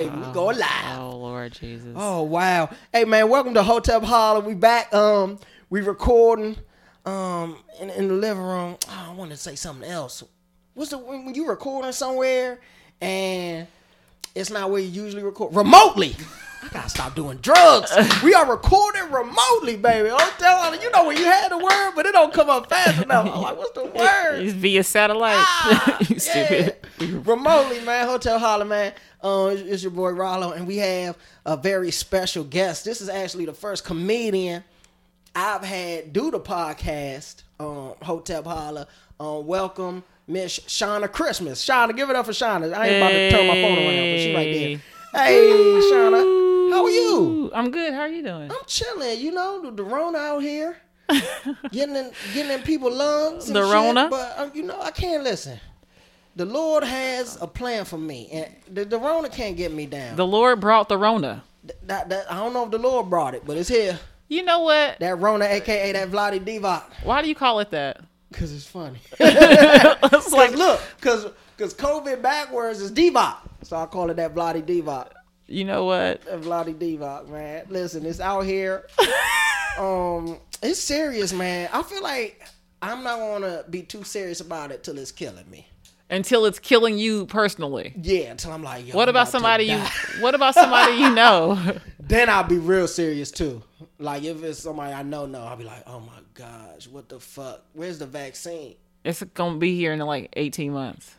Hey, we go live. Oh Lord Jesus. Oh wow. Hey man, welcome to Hotel Holler. We back. Um, we recording. Um, in, in the living room. Oh, I wanted to say something else. What's the when when you recording somewhere and it's not where you usually record remotely? I gotta stop doing drugs. We are recording remotely, baby. Hotel Holler. You know when you had the word, but it don't come up fast enough. I'm like, what's the word? It's via satellite. Ah, you stupid. yeah. Remotely, man. Hotel Holler, man. Um, it's, it's your boy Rollo, and we have a very special guest. This is actually the first comedian I've had do the podcast. Um, Hotel Holler. Um, welcome, Miss Shauna Christmas. Shauna, give it up for Shauna. I ain't about to turn my phone around, but she right there. Hey, Shauna, how are you? Ooh, I'm good. How are you doing? I'm chilling. You know, the, the Rona out here. getting in, getting in people's lungs. And The shit, Rona? but um, you know, I can't listen. The Lord has a plan for me, and the, the Rona can't get me down. The Lord brought the Rona. Th- that- that- I don't know if the Lord brought it, but it's here. You know what? That Rona, aka that Vladi Divac, Why do you call it that? because it's funny. It's like like look, because because COVID backwards is Divac, so I call it that Vladi Divac. you know what? That Vladi Divac, man. Listen, it's out here. um, it's serious, man. I feel like I'm not gonna be too serious about it till it's killing me. Until it's killing you personally. Yeah, until I'm like, Yo, What I'm about to somebody you? die. What about somebody you know? Then I'll be real serious too. Like if it's somebody I know, no, I'll be like, oh my gosh, what the fuck? Where's the vaccine? It's gonna be here in like 18 months.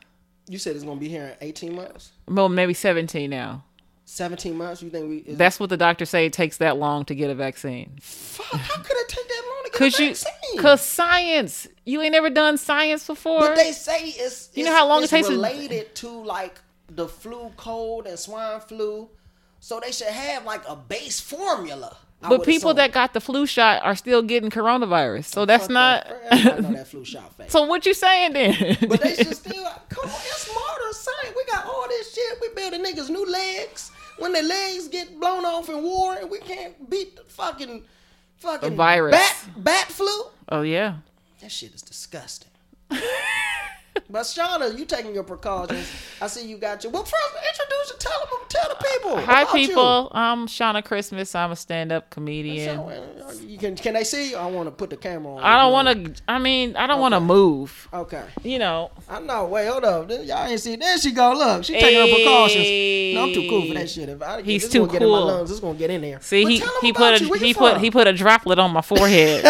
You said it's gonna be here in 18 months, Well, maybe 17 now. 17 months. You think we? Is, That's what the doctors say. It takes that long to get a vaccine. fuck, how could it take that long to get Cause a you, vaccine? cause science. You ain't never done science before. but they say it's You know it's- how long it it's takes to- related to like the flu, cold, and swine flu. So they should have like a base formula. I but would people assume. that got the flu shot are still getting coronavirus. So that's Fuck not. that. Everybody know that flu shot fake. so what you saying then? But they should still come on. It's smarter science. We got all this shit. We building niggas new legs. When their legs get blown off in war, and we can't beat the fucking fucking The virus. bat bat flu. oh yeah. That shit is disgusting. but Shauna, you taking your precautions. I see you got your. Well, first introduce you. Tell them. Tell the people. Hi about you. people. I'm Shauna Christmas. I'm a stand-up comedian. Shauna, You can can they see you? I want to put the camera on. I don't want to. I mean, I don't want to move. Okay. You know. I know. Wait, hold up. Then Y'all ain't see. There she go. Look, she taking her precautions. No, I'm too cool for that shit. If I, He's this too gonna Get in my cool. lungs. It's gonna get in there. See, But he, tell 'em he about put a, you. Where you he put from? he put a droplet on my forehead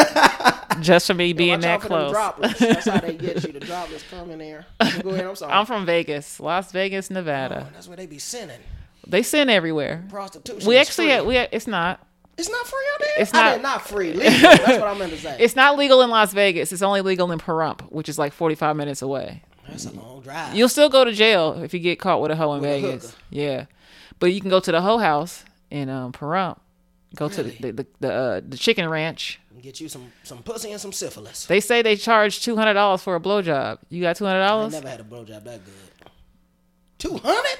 just for me being Watch that out for them close. droplets. That's how they get you. The droplets come in there. Go ahead. I'm sorry. I'm from Vegas, Las Vegas, Nevada. That's where they be sending They send everywhere. prostitution. We is actually free. we it's not It's not free out there. It's I not- mean, not free. Legal. That's what I meant to say. it's not legal in Las Vegas. It's only legal in Pahrump, which is like 45 minutes away. That's a long drive. You'll still go to jail if you get caught with a hoe in a Vegas. hooker. Yeah, but you can go to the hoe house in um, Pahrump. Go to the the, the, the, uh, the chicken ranch. Get you some some pussy and some syphilis. They say they charge two hundred dollars for a blowjob. You got two hundred I dollars? never had a blowjob that good. Two hundred.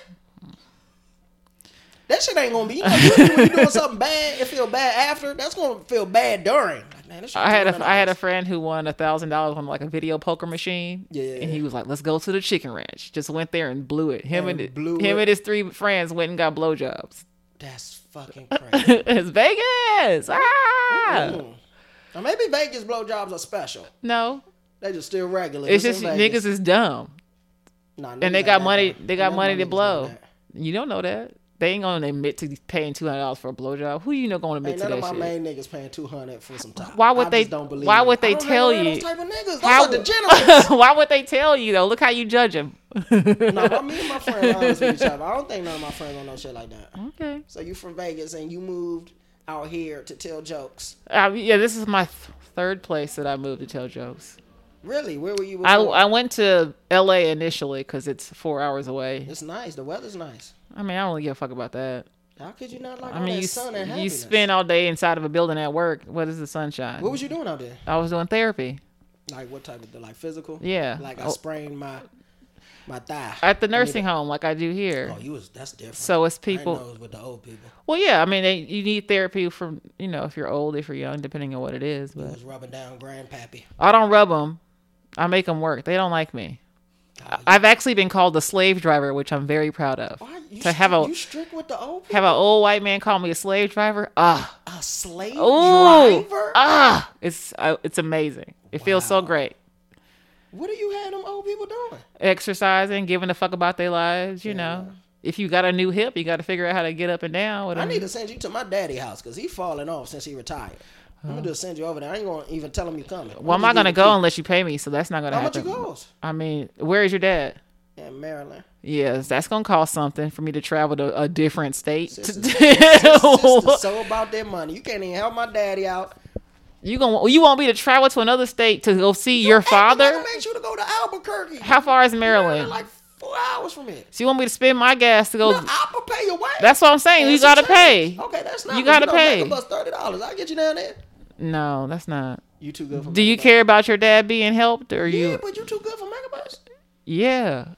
That shit ain't gonna be. You know, usually when you doing something bad, it feel bad after. That's gonna feel bad during. Like, man, this shit I had a $200. I had a friend who won a thousand dollars on like a video poker machine. Yeah. And he was like, "Let's go to the chicken ranch." Just went there and blew it. Him and, And blew him it. and his three friends went and got blowjobs. That's fucking crazy. it's Vegas. Ah! Mm. Now maybe Vegas blowjobs are special. No, They just still regular. it's in just Vegas. niggas is dumb, Nah, and they ain't got that money. dumb. They got Ain't money no to niggas blow. like that. You don't know that. They ain't gonna admit to paying two hundred dollars for a blowjob. Who you know gonna admit Ain't none to of that my shit? main niggas paying two hundred for some time. Why would they- why would they tell you? Those type of niggas. Those How- are degenerates. Why would they tell you though? Look how you judge them. no, but me and my friends honest with each other. I don't think none of my friends don't know shit like that. Okay. So you from Vegas and you moved out here to tell jokes. Um, yeah, this is my th- third place that I moved to tell jokes. Really? Where were you? I, before? I went to L.A. initially because it's four hours away. it's nice. The weather's nice. I mean, I don't really give a fuck about that. How could you not like I all mean, that you s- sun and you happiness? spend all day inside of a building at work. What is the sunshine? What was you doing out there? I was doing therapy. Like what type of like physical? Yeah. Like I Oh. sprained my my thigh. at the nursing home like I do here. oh, you was that's different. So it's I didn't know people. it was with the old people. Well, yeah, I mean, they, you need therapy from you know if you're old, if you're young, depending on what it is. It But was rubbing down grandpappy. I don't rub them. I make them work. They don't like me. I've actually been called the slave driver, which I'm very proud of. Why you To have stri- a- you strict with the old people? Have an old white man call me a slave driver? Ah, a slave ooh, driver? ah, it's uh, it's amazing. It feels so great. what do you have them old people doing? Exercising, giving a fuck about their lives. You know, if you got a new hip, you got to figure out how to get up and down. With I them. need to send you to my daddy house because he falling off since he retired. I'm gonna just send you over there. I ain't gonna even tell him you coming. well, I'm not gonna go unless you pay me, so that's not gonna How much happen. it goes I mean, where is your dad? in Maryland? Yes, that's gonna cost something for me to travel to a different state. to- Sisters so about their money. You can't even help my daddy out. you gonna you want me to travel to another state to go see your father? Make sure to go to Albuquerque. How far is They're Maryland? like four hours from here. So you want me to spend my gas to go? I'll pay your way. That's what I'm saying. And You some gotta change. pay. Okay, that's not You gotta know, make pay. a bus thirty dollars. I'll get you down there. No, that's not. You too good for Do you Megabus. care about your dad being helped or Oh Yeah, you? but you too good for megabus. Yeah.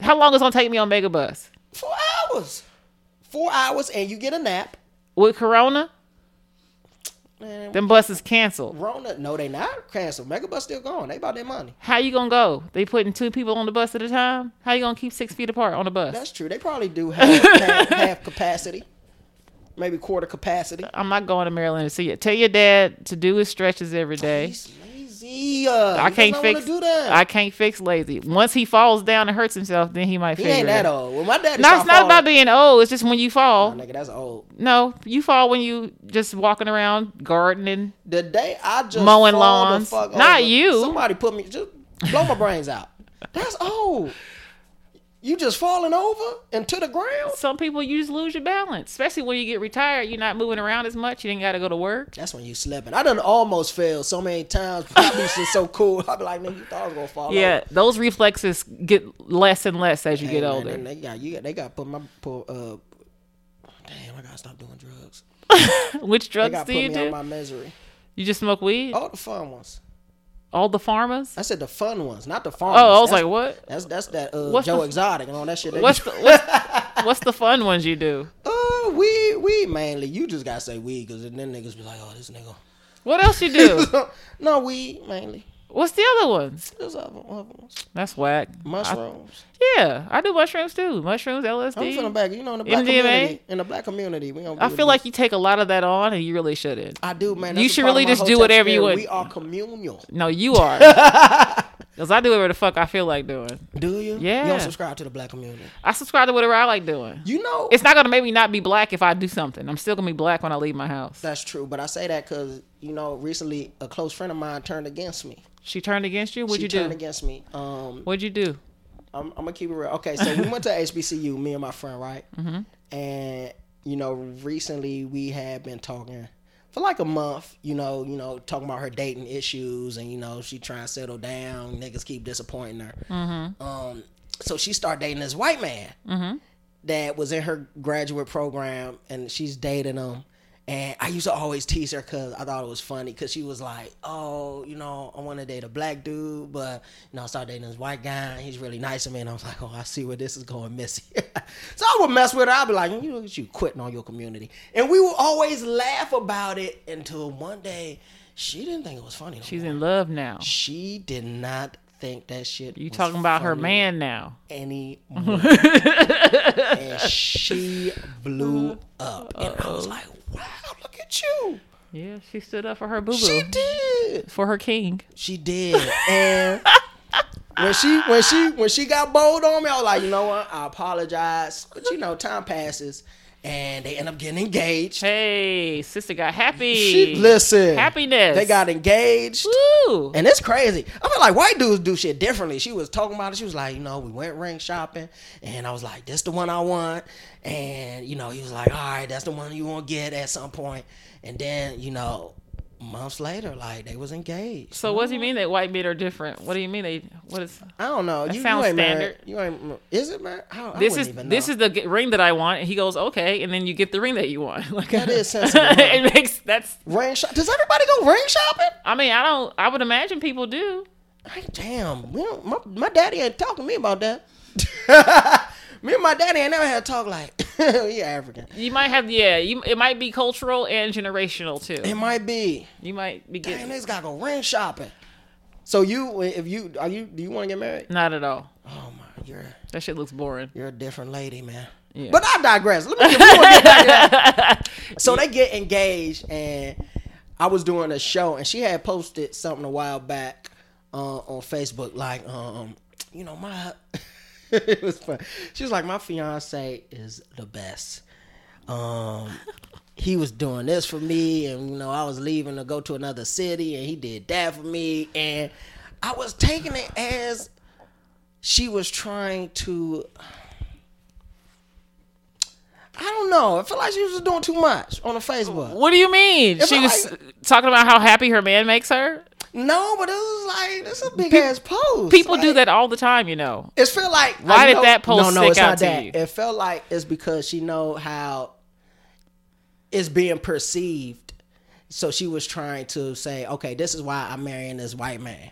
How long is it gonna take me on Megabus Four hours. Four hours and you get a nap. with Corona? Man, Them buses canceled. Rona, no, they not canceled. Megabus still going. They about their money. How you gonna go? They putting two people on the bus at a time. How you gonna keep six feet apart on the bus? That's true. They probably do have half, half capacity, maybe quarter capacity. I'm not going to Maryland to see it. Tell your dad to do his stretches every day. He's lazy. Uh, I he can't doesn't wanna fix. do that. I can't fix lazy. Once he falls down and hurts himself, then he might he figure ain't it that out. old. Well, my daddy. No, it's not about being old. It's just when you fall. Nigga, that's old. No, you fall when you just walking around gardening. The day I just Mowing fall lawns. The fuck Not over, you. Somebody put me just blow my brains out. That's old. You just falling over and to the ground. Some people you just lose your balance, especially when you get retired. You're not moving around as much. You didn't got to go to work. That's when you slipping. I done almost failed so many times. Probably shit so cool. I be like, nigga, you thought I was gonna fall. Yeah, those reflexes get less and less as you Hey, get man, older. they- they got you. got- They got to put my put, uh. Damn, I gotta stop doing drugs. uh, Which They drugs gotta do put you me do? on my Oh. misery. you just smoke weed? All the fun ones. All the pharmas? I said the fun ones, not the fun. Oh, I was like, what? That's that's that uh, What's Joe the- Exotic and all that shit. They What's the what's, what's the fun ones you do? Uh, weed, weed mainly. You just gotta say weed, cause then niggas be like, oh, this nigga. What else you do? no, weed mainly. What's the other ones? There's other, other ones. That's whack. Mushrooms. Yeah, I do mushrooms too. Mushrooms, I, am LSD. feeling back. You know, in the black MDMA? community, in the black community, we don't. I do feel this. like you take a lot of that on, and you really shouldn't. I do, man. you That's a should part of really my just do hotel whatever you spirit. would- We are communal. No, you are. Cause I do whatever the fuck I feel like doing. Do you? You Yeah. don't subscribe to the black community. I subscribe to whatever I like doing. You know, It's not gonna make me not be black if I do something. I'm still gonna be black when I leave my house. that's true. But I say that because you know, recently a close friend of mine turned against me. She turned against you. What'd she you turned do? against me. Um, What'd you do? I'm, I'm gonna keep it real. Okay, so we went to HBCU, me and my friend, right? Mm-hmm. And you know, recently we had been talking for like a month. You know, you know, talking about her dating issues, and you know, she trying to settle down. Niggas keep disappointing her. Mm-hmm. Um, so she started dating this white man that was in her graduate program, and she's dating him. And I used to always tease her because I thought it was funny because she was like, "Oh, you know, I want to date a black dude, but you know, I started dating this white guy. And he's really nice to me." And I was like, "Oh, I see where this is going, Missy." so I would mess with her. I'd be like, "You look at you quitting on your community," and we would always laugh about it until one day she didn't think it was funny. no She's more. in love now. she did not think that shit. You talking about her man man now? anymore. and she blew up. And I was like, wow, look at you. Yeah, she stood up for her boo She boo, did. for her king. She did. And when she when she when she got bold on me, I was like, you know what? I apologize. But you know, time passes and they end up getting engaged. Hey, sister got happy. She, listen. Happiness. They got engaged. Woo. And it's crazy. I feel like white dudes do shit differently. She was talking about it. She was like, you know, we went ring shopping, and I was like, this the one I want. And you know, he was like, all right, that's the one you want to get at some point. And then you know, months later, like they was engaged. So what do you mean that white men are different? What do you mean they? What is I don't know. you, you sounds ain't married. standard. You ain't. Is it married? I, I this wouldn't is even this know. is the g- ring that I want? And he goes okay, and then you get the ring that you want. Like That is sensible, huh? it makes that's. ring shop. Does everybody go ring shopping? I mean, I don't. I would imagine people do. Like, damn, we don't, my, my daddy ain't talking to me about that. me and my daddy ain't never had a talk like he African. You might have yeah. You it might be cultural and generational It too. might be. You might be Damn, getting. niggas gotta go ring shopping. So you, if you are you, do you want to get married? Not at all. Oh my, you're That shit looks boring. you're a different lady, man. Yeah. But I digress. Let me get, we gonna get back to that. So they get engaged, and I was doing a show, and she had posted something a while back uh, on Facebook, like, um, you know, my it was fun. She was like, my fiance is the best. Um, he was doing this for me, and you know, I was leaving to go to another city, and he did that for me, and I was taking it as she was trying to I don't know. I feel like she was just doing too much on the Facebook. What do you mean? If she I- was talking about how happy her man makes her. No, but it was like this is a big ass post. People do Like, that all the time, you know. It felt like Why I did know- that post No, no, stick it's out not to that. you? It felt like it's because she know how it's being perceived. So she was trying to say, okay, this is why I'm marrying this white man.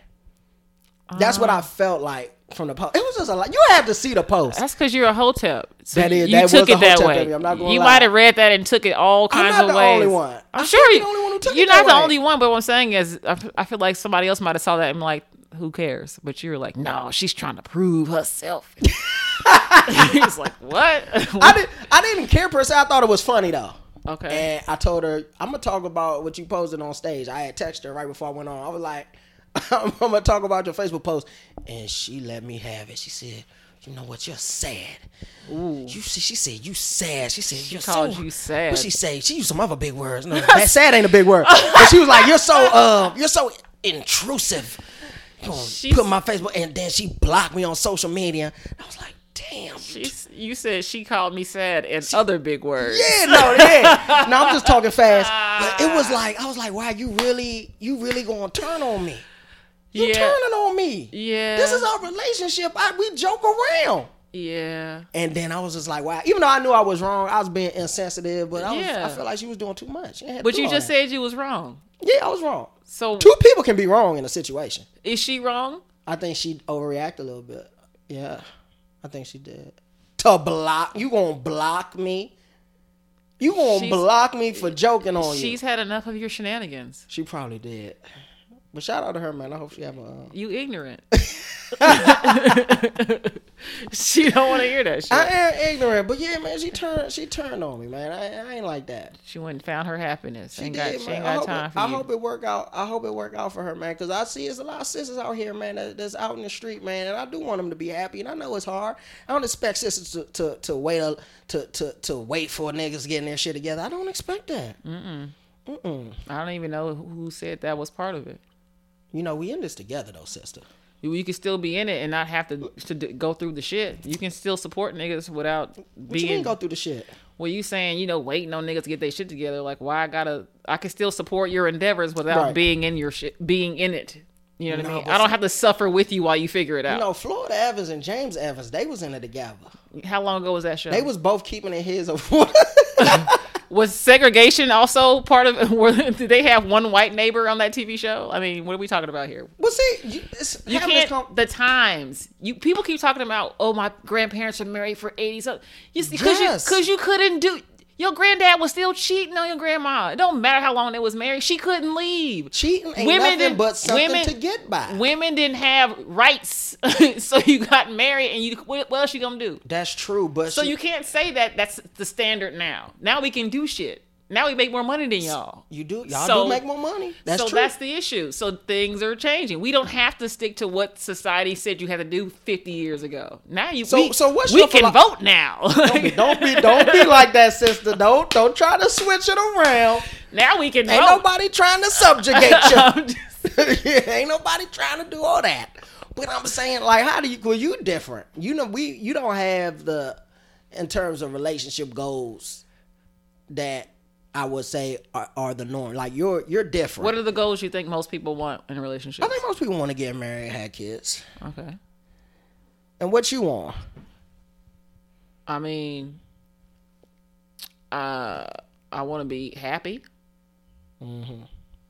That's what I Oh. felt like from the post. It was just a lot. You have to see the post. That's because you're a hotep. So That is- you that took was a it that hotep, way. baby. I'm not gonna you lie. might have read that and took it all kinds not of the ways. only one. I'm I sure think you, the only one who took it you're that not the way. only one. But what I'm saying is, I, f- I feel like somebody else might have saw that and like, who cares? But you were like, no, she's trying to prove herself. He's like, what? I didn't. I didn't care per se. I thought it was funny though. okay. And I told her, I'm gonna talk about what you posted on stage. I had texted her right before I went on. I was like, I'm, gonna talk about your Facebook post. And she let me have it. She said, You know what, you're sad. You see, she said, You sad. She said, You're called so you sad. What she say? She used some other big words. No, that sad ain't a big word. But she was like, You're so um, you're so intrusive. You gonna She's- put my Facebook and then she blocked me on social media. I was like, damn. She's, you said she called me sad and other big words. Yeah, no, yeah. no, I'm just talking fast. But it was like I was like, wow, you really, you really gonna turn on me? You Yeah. turning on me? Yeah. This is our relationship. I, we joke around. yeah. And then I was just like, wow. Even though I knew I was wrong, I was being insensitive. But I was, Yeah. I felt like she was doing too much. She didn't have to But do you all just that. said you was wrong. yeah, I was wrong. So Two people can be wrong in a situation. is she wrong? I think she overreacted a little bit. Yeah, I think she did. To block you, gonna block me? You gonna She's- block me for joking on you? She's had enough of your shenanigans. She probably did. But shout out to her, man. I hope she have a. Um... You ignorant. she don't want to hear that shit. I am ignorant, but yeah, man, she turned she turned on me, man. I, I ain't like that. she went and found her happiness. She ain't got, did, she man. ain't I, got hope time it, for I you. hope it work out. I hope it work out for her, man. Cause I see it's a lot of sisters out here, man, that, that's out in the street, man. And I do want them to be happy, and I know it's hard. I don't expect sisters to to, to wait a, to to to wait for niggas getting their shit together. I don't expect that. Mm. I don't even know who said that was part of it. You know, we in this together, though, sister. You, you can still be in it and not have to to d- go through the shit. You can still support niggas without What you being. mean go through the shit? well, you saying you know waiting on niggas to get their shit together. Like why I gotta? I can still support your endeavors without Right. being in your shit, being in it. You know what No, I mean? but I don't have to suffer with you while you figure it out. You know, Florida Evans and James Evans, they was in it together. How long ago was that show? They was both keeping their heads afloat. Was segregation also part of? Were, did they have one white neighbor on that TV show? I mean, what are we talking about here? well, see, you, it's, You having this can't. com- the times you people keep talking about. Oh, my grandparents were married for eighty something. You because Yes. you because you couldn't do. Your granddad was still cheating on your grandma. It don't matter how long they was married. She couldn't leave. cheating ain't nothing didn't- but something women- to get by. Women didn't have rights, so you got married, and you what, what else you gonna do? That's true, but So she- you can't say that that's the standard now. Now we can do shit. Now we make more money than y'all. you do y'all So- do make more money. That's so true. that's the issue. So things are changing. We don't have to stick to what society said you had to do 50 years ago. Now you So- we, so what's we your can philo- vote now. don't be don't be like that, sister. Don't don't try to switch it around. now we can Ain't vote. nobody trying to subjugate I'm you. just- yeah, ain't nobody trying to do all that. But I'm saying, like, how do you? Well, you different. You know, we you don't have the in terms of relationship goals that I would say are, are the norm. Like you're you're different. what are the goals you think most people want in a relationship? I think most people want to get married, and have kids, okay. and what you want? I mean, uh, I want to be happy.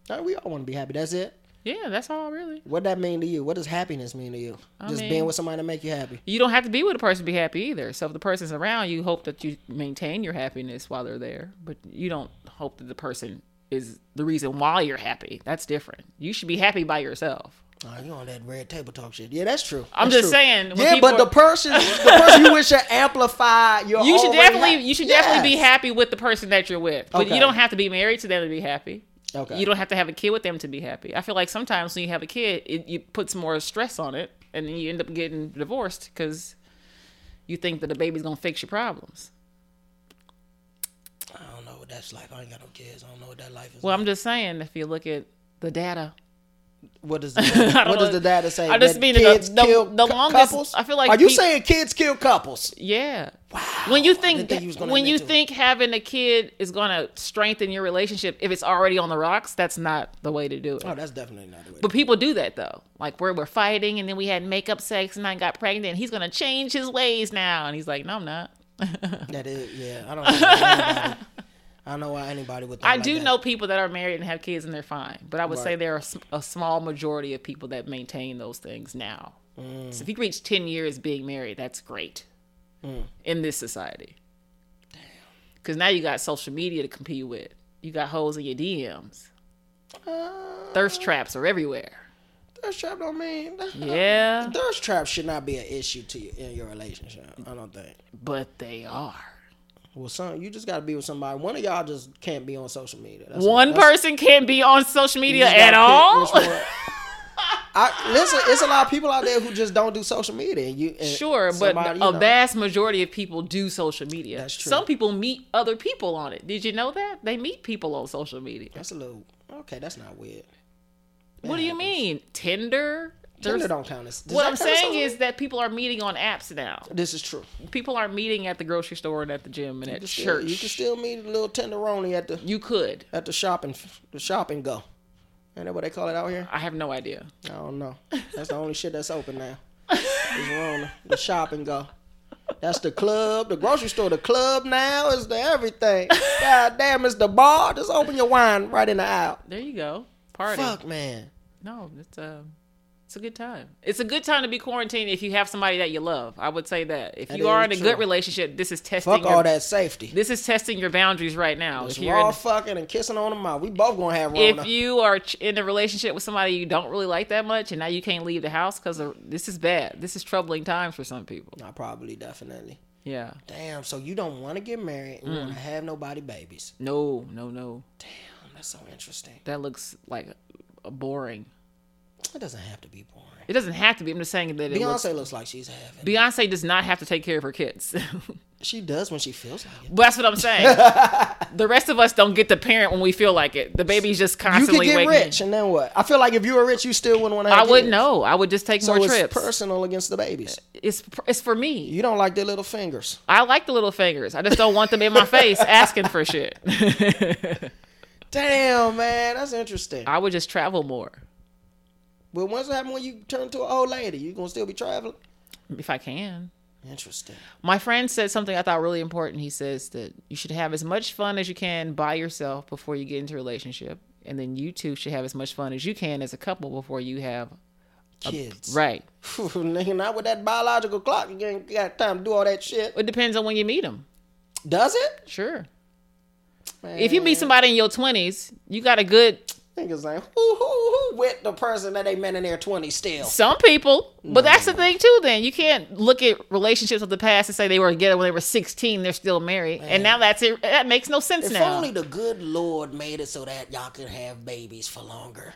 Like, we all want to be happy. That's it. Yeah, that's all really. What that mean to you? What does happiness mean to you? Just being mean- with somebody to make you happy. You don't have to be with a person to be happy either. So if the person's around, you hope that you maintain your happiness while they're there, but you don't hope that the person is the reason why you're happy. That's different. You should be happy by yourself. Oh, you on that red table talk shit? Yeah, that's true. I'm That's just true. saying, when Yeah, people but are- the person, the person you wish to amplify your. You should already definitely ha- you should Yes. definitely be happy with the person that you're with. But Okay. you don't have to be married to them to be happy. Okay. You don't have to have a kid with them to be happy. I feel like sometimes when you have a kid, it you puts more stress on it, and then you end up getting divorced because you think that the baby's gonna fix your problems. I don't know what that's like. I ain't got no kids. I don't know what that life is. Well, like. I'm just saying if you look at the data, What does the, I don't what does know. the data say? I just that mean the- kids the- kill the cou- longest- Couples? I feel like Are you peop- saying kids kill couples? yeah. When you think, didn't think you was gonna when admit you to it. think having a kid is gonna strengthen your relationship, if it's already on the rocks, that's not the way to do it. Oh, that's definitely not the way. But people do that though. Like we're we're fighting and then we had makeup sex and I got pregnant. he's gonna change his ways now. And he's like, No, I'm not. that is, yeah. I don't. Know why anybody, I don't know why anybody would. Think I like do that. know people that are married and have kids and they're fine. But I would say Right. there are s- a small majority of people that maintain those things now. Mm. So if you reach ten years being married, that's great Mm. in this society. Because now you got social media to compete with. You got holes in your DMs. Thirst traps are everywhere. Uh, thirst trap don't mean. Yeah, Thirst trap should not be an issue to you in your relationship. I don't think. but they are. Well, son, you just got to be with somebody. One of y'all just can't be on social media. That's One that's- person can't be on social media you just at gotta all. pick which one. I listen. It's a lot of people out there who just don't do social media. And you and Sure, but somebody, you a know, vast majority of people do social media. That's true. Some people meet other people on it. Did you know that? They meet people on social media. That's a little okay. That's not weird. what do you mean? Tinder? There's- Tinder don't count as. does what that I'm count as saying social is that people are meeting on apps now. media? this is true. People are meeting at the grocery store and at the gym and at Still, church. you can still meet a little tenderoni at the you could. at the shopping the shopping go. Ain't that what they call it out here? I have no idea. I don't know. That's the only shit that's open now. Is wrong the shop and go. That's the club, the grocery store, the club now is the everything. God damn, it's the bar. Just open your wine right in the aisle. There you go. Party. Fuck man. No, it's a it's a good time. It's a good time to be quarantined if you have somebody that you love. I would say that if That you are in is a true. good relationship, this is testing Fuck your, all that safety. This is testing your boundaries right now. If It's you're in, raw fucking and kissing on the mouth. We both gonna have Rona. if you are ch- in a relationship with somebody you don't really like that much, and now you can't leave the house because this is bad. This is troubling times for some people. Nah, probably definitely. Yeah. Damn, so you don't wanna get married and you Mm. wanna have nobody babies. No, no, no. Damn, that's so interesting. That looks like a- boring. It doesn't have to be boring. It doesn't have to be. I'm just saying that it looks. Beyonce looks like she's having. Beyonce does not have to take care of her kids. She does when she feels like it. But that's what I'm saying. the rest of us don't get to parent when we feel like it. The baby's just You could constantly get waking. rich, and then what? I feel like if you were rich, you still wouldn't want to. I Have wouldn't kids. know. I would just take So more it's trips. personal against the babies. it's it's for me. You don't like their little fingers. I like the little fingers. I just don't want them in my face asking for shit. Damn, man, that's interesting. I would just travel more But once it happens when you turn into an old lady, you gonna still be traveling. if I can. Interesting. My friend said something I thought really important. He says that you should have as much fun as you can by yourself before you get into a relationship, and then you two should have as much fun as you can as a couple before you have Kids, right. Nigga, Not with that biological clock. You ain't got time to do all that shit. It depends on when you meet them. Does it? Sure. If you meet somebody in your twenties, you got a good niggas like who who who with the person that they met in their twenties still. some people, but that's the thing too. Then you can't look at relationships of the past and say they were together when they were sixteen. They're still married, and now that's it. That makes no sense If now. only the good Lord made it so that y'all could have babies for longer,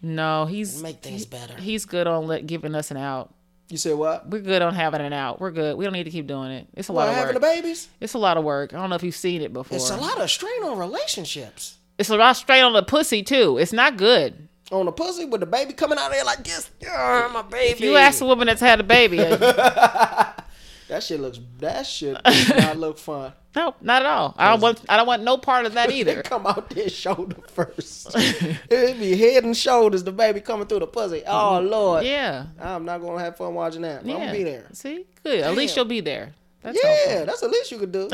no, he's make things better. he's good on let, giving us an out. You said what? We're good on having an out. We're good. We don't need to keep doing it. It's a Well, lot of having work. the babies. it's a lot of work. I don't know if you've seen it before. It's a lot of strain on relationships. It's a lot straight on the pussy too. It's not good. On the pussy with the baby coming out of there like this, yeah, my baby. If you ask a woman that's had a baby, uh, that shit looks. That shit does not look fun. no, not at all. I don't want. I don't want no part of that They either. come out their shoulder first. it be head and shoulders. The baby coming through the pussy. Oh lord, Yeah. I'm not gonna have fun watching that. I'm Yeah. gonna be there. See, good. At least you'll be there. That's yeah, helpful. that's the least you could do.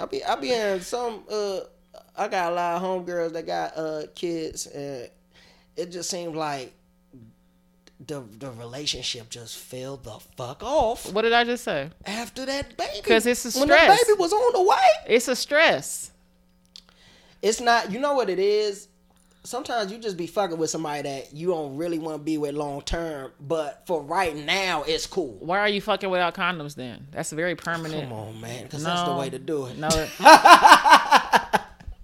I be I be in some uh I got a lot of homegirls that got uh kids and it just seemed like the the relationship just fell the fuck off What did I just say? after that baby. 'Cause it's a When the stress. baby was on the way. It's a stress. It's not you know what it is? sometimes you just be fucking with somebody that you don't really want to be with long term, but for right now, it's cool. Why are you fucking without condoms then? That's very permanent. Come on, man, because that's the way to do it. No.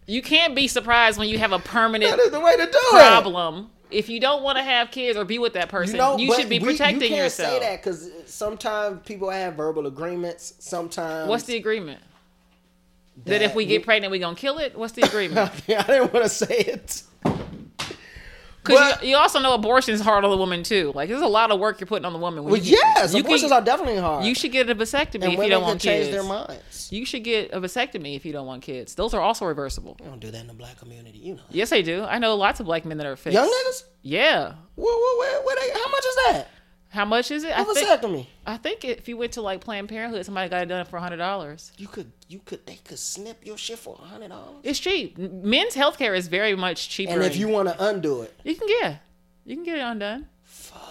you can't be surprised when you have a permanent That is the way to do it. problem. If you don't want to have kids or be with that person, you, No, but should be we- protecting you can't yourself. Say that because sometimes people have verbal agreements. Sometimes What's the agreement? That, if we get pregnant, we gonna kill it. What's the agreement? I didn't want to say it. Because But- you, you also know abortion's hard on the woman too. Like there's a lot of work you're putting on the woman. Well, yes, you abortions can, are definitely hard. You should get a vasectomy and if women you don't can want change kids. their minds. You should get a vasectomy if you don't want kids. Those are also reversible. You don't do that in the black community, you know. Yes, they do. I know lots of black men that are fixed. Young niggas, Yeah. what, what, what, what they, how much is that? How much is it? I Have a think, vasectomy. I think if you went to like Planned Parenthood, somebody got it done for hundred dollars. You could, you could, they could snip your shit for a hundred dollars. It's cheap. Men's health care is very much cheaper. And if you want to undo it, you can get, you can get it undone. fuck.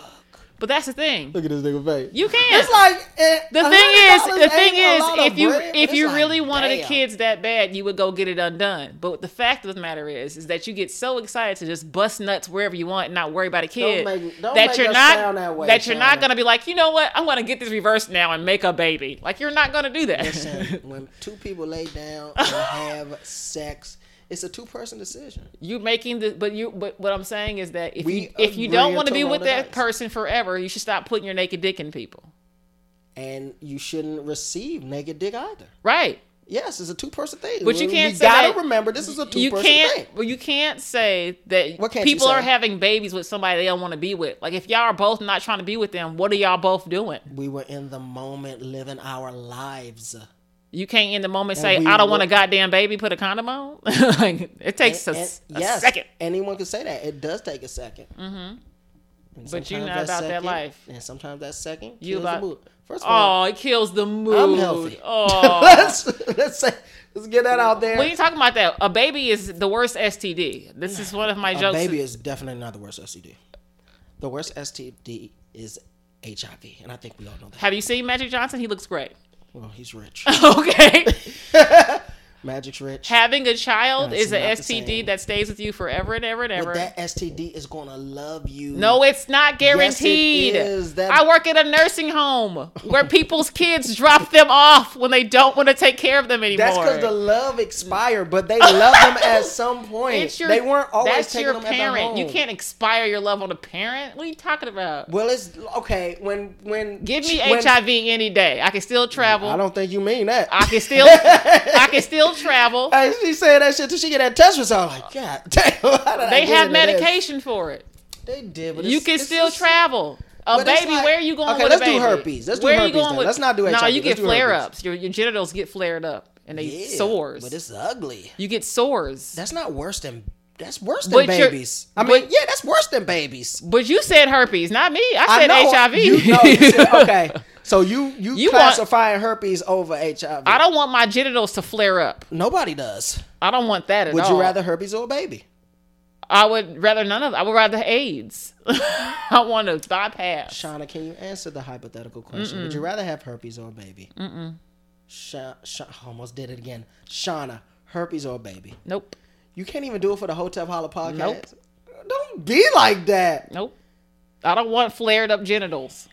But that's the thing. Look at this nigga face. You can. It's like eh, the thing is, $100 the thing ain't is, a lot of if you bread, if but you it's really like, wanted the damn. kids that bad, you would go get it undone. But the fact of the matter is, is that you get so excited to just bust nuts wherever you want and not worry about a kid make- don't that make you're us not sound that way, you're not Shannon. gonna be like, you know what, I'm gonna get this reversed now and make a baby. Like you're not gonna do that. Listen, when two people lay down and have sex, it's a two-person decision. you making the but you but what I'm saying is that if We you if you agree don't want to until be roll with the that dice. person forever, you should stop putting your naked dick in people. and you shouldn't receive naked dick either. Right. Yes, it's a two person thing. But you We- can't We say gotta that- remember this is a two you person can't thing. well you can't say that What can't you people are say? having babies with somebody they don't want to be with like if y'all are both not trying to be with them what are y'all both doing We were in the moment, living our lives. you can't in the moment say we i don't want a will- goddamn baby put a condom on like it takes a, And- s- a second anyone can say that. It does take a 2nd Mm-hmm. But you're not about that life. And sometimes that second You you about- about the mood. First of all, oh it kills the mood I'm healthy. oh let's let's say let's get that out there. we ain't talking about that a baby is the worst std this is one of my a jokes baby is definitely not the worst STD. The worst STD is HIV, and I think we all know that. have you seen magic johnson he looks great Well, he's rich. okay Magic's rich. having a child it's is an not the same. std that stays with you forever and ever and ever But that STD is gonna love you. No, it's not guaranteed. is. That- I work at a nursing home where people's kids drop them off when they don't want to take care of them anymore. that's because the love expired, but they love them at some point. It's your- they weren't always that's taking your them parent. At their home. You can't expire your love on a parent. What are you talking about? Well, it's okay when when Give me when- HIV any day. I can still travel. I I, don't think you mean that. can still I can still travel. Hey, she said that shit till she get that test result. Like, God damn. how did I they get have into this? medication for it. They did, but you it's- can it's still just- travel. A but it's baby, like- where are you going okay, with let's a do baby? herpes. Let's do where are herpes you going then. with? Let's not do No, HIV. you get Let's do flare herpes. ups. Your, your genitals get flared up and they Yeah, sores. But it's ugly. You get sores. That's not worse than that's worse than But you're- babies. I mean, but- yeah, that's worse than babies. but you said herpes, not me. I said know- HIV. You, no, you said, okay. So you you, You want- classifying herpes over HIV? I don't want my genitals to flare up. Nobody does. I don't want that at Would all. you rather herpes or a baby? I would rather none of. I would rather AIDS. I want to bypass. Shauna, can you answer the hypothetical question? Would you rather have herpes or a baby? Mm-mm. Sha- Sha- I almost did it again. Shauna, herpes or a baby? Nope. You can't even do it for the Hotel Holla podcast. Nope. Don't be like that. Nope. I don't want flared up genitals.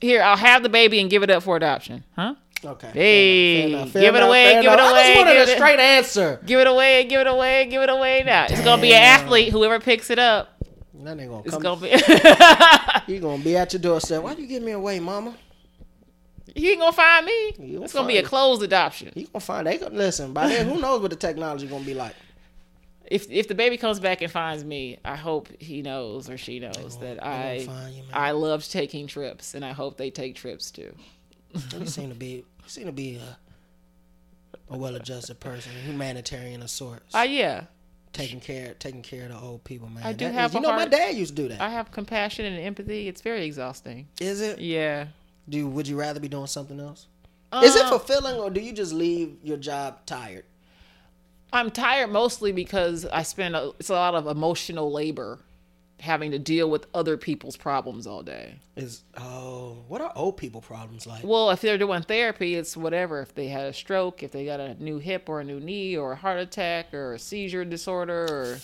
Here, I'll have the baby and give it up for adoption. Huh? Okay. fair Hey, enough, fair give it enough, away, fair give it enough. I away, just wanted give a it- straight answer. Give it away, give it away, give it away now. It's gonna be an athlete. Whoever picks it up, That ain't gonna it's come. gonna be. you gonna be at your doorstep. Why you give me away, Mama? He ain't gonna find me. You'll it's gonna be a find- closed adoption. You gonna find they gonna listen by then. Who knows what the technology gonna be like? If if the baby comes back and finds me, I hope he knows or she knows that Oh, They I gonna find you, man. I loved taking trips, and I hope they take trips too. You seem to be, you seem to be a, a well-adjusted person, humanitarian of sorts, Uh, yeah, taking care, taking care of the old people, man. I do That have is- you a know, heart- my dad used to do that. I have compassion and empathy. It's very exhausting. Is it? Yeah. Do you- would you rather be doing something else? is Um, it fulfilling, or do you just leave your job tired? I'm tired mostly because I spend a, it's a lot of emotional labor having to deal with other people's problems all day. Is oh, what are old people problems like? Well, if they're doing therapy, it's whatever. If they had a stroke, if they got a new hip or a new knee or a heart attack or a seizure disorder, or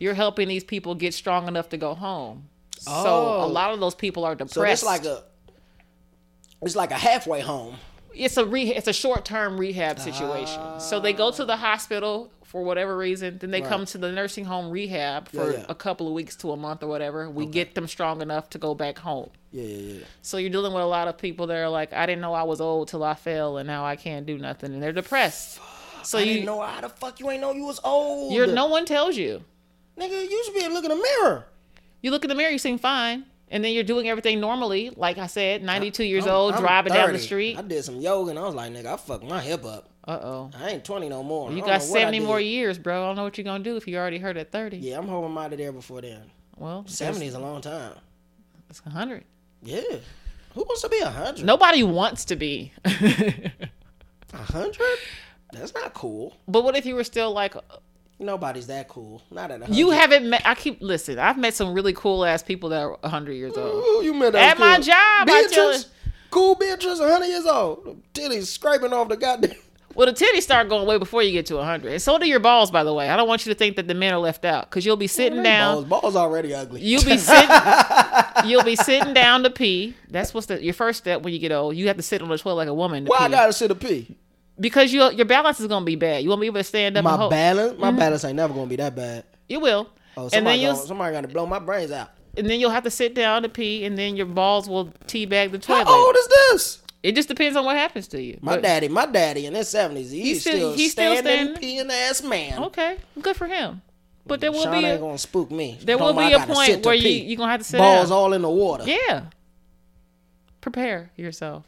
you're helping these people get strong enough to go home. So Oh. a lot of those people are So it's depressed. like a it's like a halfway home. it's a re- it's a short term rehab situation. so they go Ah. to the hospital for whatever reason, then they come to the nursing home rehab for Yeah, yeah. a couple of weeks to a month or whatever. We get them strong enough to go back home. Yeah, yeah, yeah. So you're dealing with a lot of people that are like, I didn't know I was old till I fell, and now I can't do nothing, and they're depressed. So I didn't you, know how the fuck you ain't know you was old. you're no one tells you. nigga. You should be looking in the mirror. You look in the mirror, you seem fine, and then you're doing everything normally. Like I said, 92 years I'm- old, I'm driving down the 30. street. I did some yoga and I was like, nigga, I fucked my hip up. Uh oh. I ain't twenty no more. I You don't got know what I 70 more did. years, bro. I don't know what you're gonna do if you already hurt at 30. Yeah, I'm hoping I'm out of there before then. Well, Seventy is a long time. It's 100. Yeah. Who wants to be a hundred? Nobody wants to be. A hundred? That's not cool. but what if you were still like Nobody's that cool. Not at a hundred. you haven't met I keep listen, I've met some really cool ass people that are 100 years old. Oh. Ooh, you met that At my kid. job, I Beatrice, tell cool Beatrice, hundred years old. Tilly's scraping off the goddamn. Well, the titties start going way before you get to 100. And so do your balls by the way. I don't want you to think that the men are left out cuz you'll be sitting down Balls, balls already ugly. You'll be sitting. you'll be sitting down to pee. That's what's the, your first step when you get old. You have to sit on the toilet like a woman to Why I pee gotta sit a pee? because your your balance is gonna be bad. You won't be able to stand up. My and hold. balance, my balance ain't never gonna be that bad. You will. Oh, Mm-hmm. and then somebody, you'll gonna, somebody gotta blow my brains out. and then you'll have to sit down to pee, and then your balls will teabag the How toilet. old is this? It just depends on what happens to you. My But- daddy, my daddy in his seventies, he's, still- still, he's still standing, peeing ass man. Okay, good for him. But there will Sean be ain't a, gonna spook me. there will Told me be I a gotta point sit to where you pee. you are gonna have to sit balls down. all in the water. Yeah. Prepare yourself.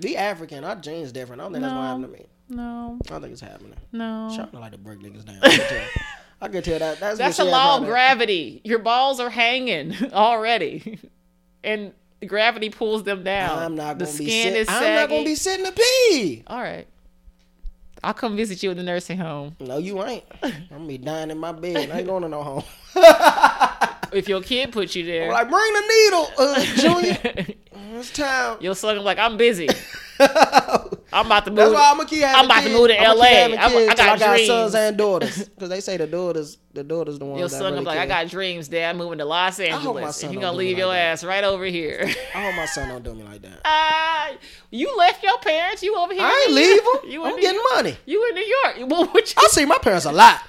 The African, our genes different. I don't think that's No. what happened to me. No, I don't think it's happening. no. Sean don't like to break niggas down. I can tell, I can tell that. That's, Hmm. That's a what she had law of about it. gravity. Your balls are hanging already, and gravity pulls them down. I'm not the gonna skin be. Sit- is I'm not gonna saggy. be sitting to pee. All right, I'll come visit you in the nursing home. No, you ain't. I'm gonna be dying in my bed. I ain't going to no home. If your kid puts you there, like bring the needle, uh, Junior. It's time. you'll slug him like I'm busy. That's I'm about to move. why I'm gonna keep having I'm about to kids. move to I'ma keep LA. having I'm- I kids got till I got dreams. sons and daughters because they say the daughters, the daughters, the ones Your that son, really I'm like, I care. got dreams, Dad. I'm moving to Los hope my Angeles. son And you're don't going to do me leave like your that. ass right over here. I hope my son don't do me like that. Ah, you left your parents. You over here. I ain't in leave New- them. You in I'm New- getting money. You in New York. Well, what you, I see my parents a lot.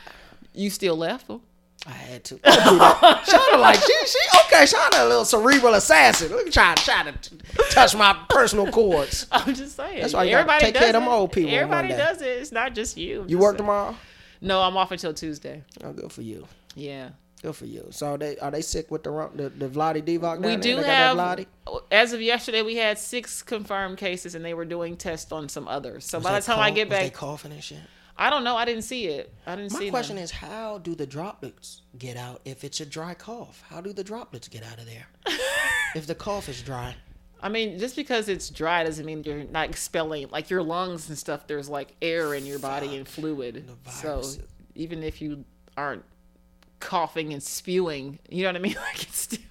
you still left them. I had to. I do that. Shauna like she she okay. Shauna a little cerebral assassin. Look, try try to t- touch my personal chords. I'm just saying. That's why you gotta take care of them old people one Everybody day. does it. It's not just you. I'm You just work saying. tomorrow? No, I'm off until Tuesday. Oh, good for you. Yeah. Good for you. So they are they sick with the rum- the, the Vladi Divac? down We there? do They got that have, Vladi? as of yesterday, we had six confirmed cases, and they were doing tests on some others. So by the time I Cough- get was they back, coughing and shit. I don't know. I didn't see it. I didn't My see. question them. is, how do the droplets get out if it's a dry cough? How do the droplets get out of there if the cough is dry? I mean, just because it's dry doesn't mean you're not expelling like your lungs and stuff. There's like air in your body and fluid. So virus. even if you aren't coughing and spewing, you know what I mean. Like it's still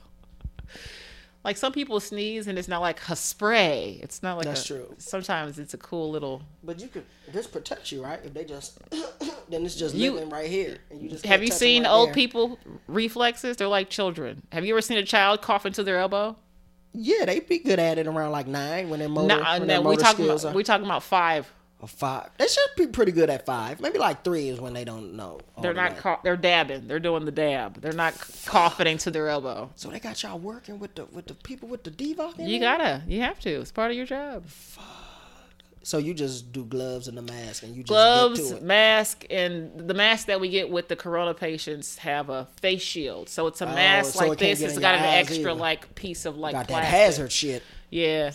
like some people sneeze and it's not like a spray. It's not like That's a- true. Sometimes it's a cool little. But you could this protects you, right? If they just then it's just You- living right here. And you just Have can't you touch 'em seen right old there. people reflexes? They're like children. Have you ever seen a child coughing to their elbow? Yeah, they be good at it around like nine when their motor, No, when no. their We motor talking skills about, we talking about five. are are five. They should be pretty good at five. Maybe like three is when they don't know. all They're the not. way. Cough, they're dabbing. They're doing the dab. They're not c- coughing into their elbow. so they got y'all working with the with the people with the Divock. in You it? gotta. You have to. It's part of your job. So you just do gloves and the mask, and you just Gloves, get to it. mask, and the mask that we get with the corona patients have a face shield. So it's a mask Oh, so it like can't this. get It's in got your an eyes extra either. like piece of like Got that plastic. hazard shit. Yeah.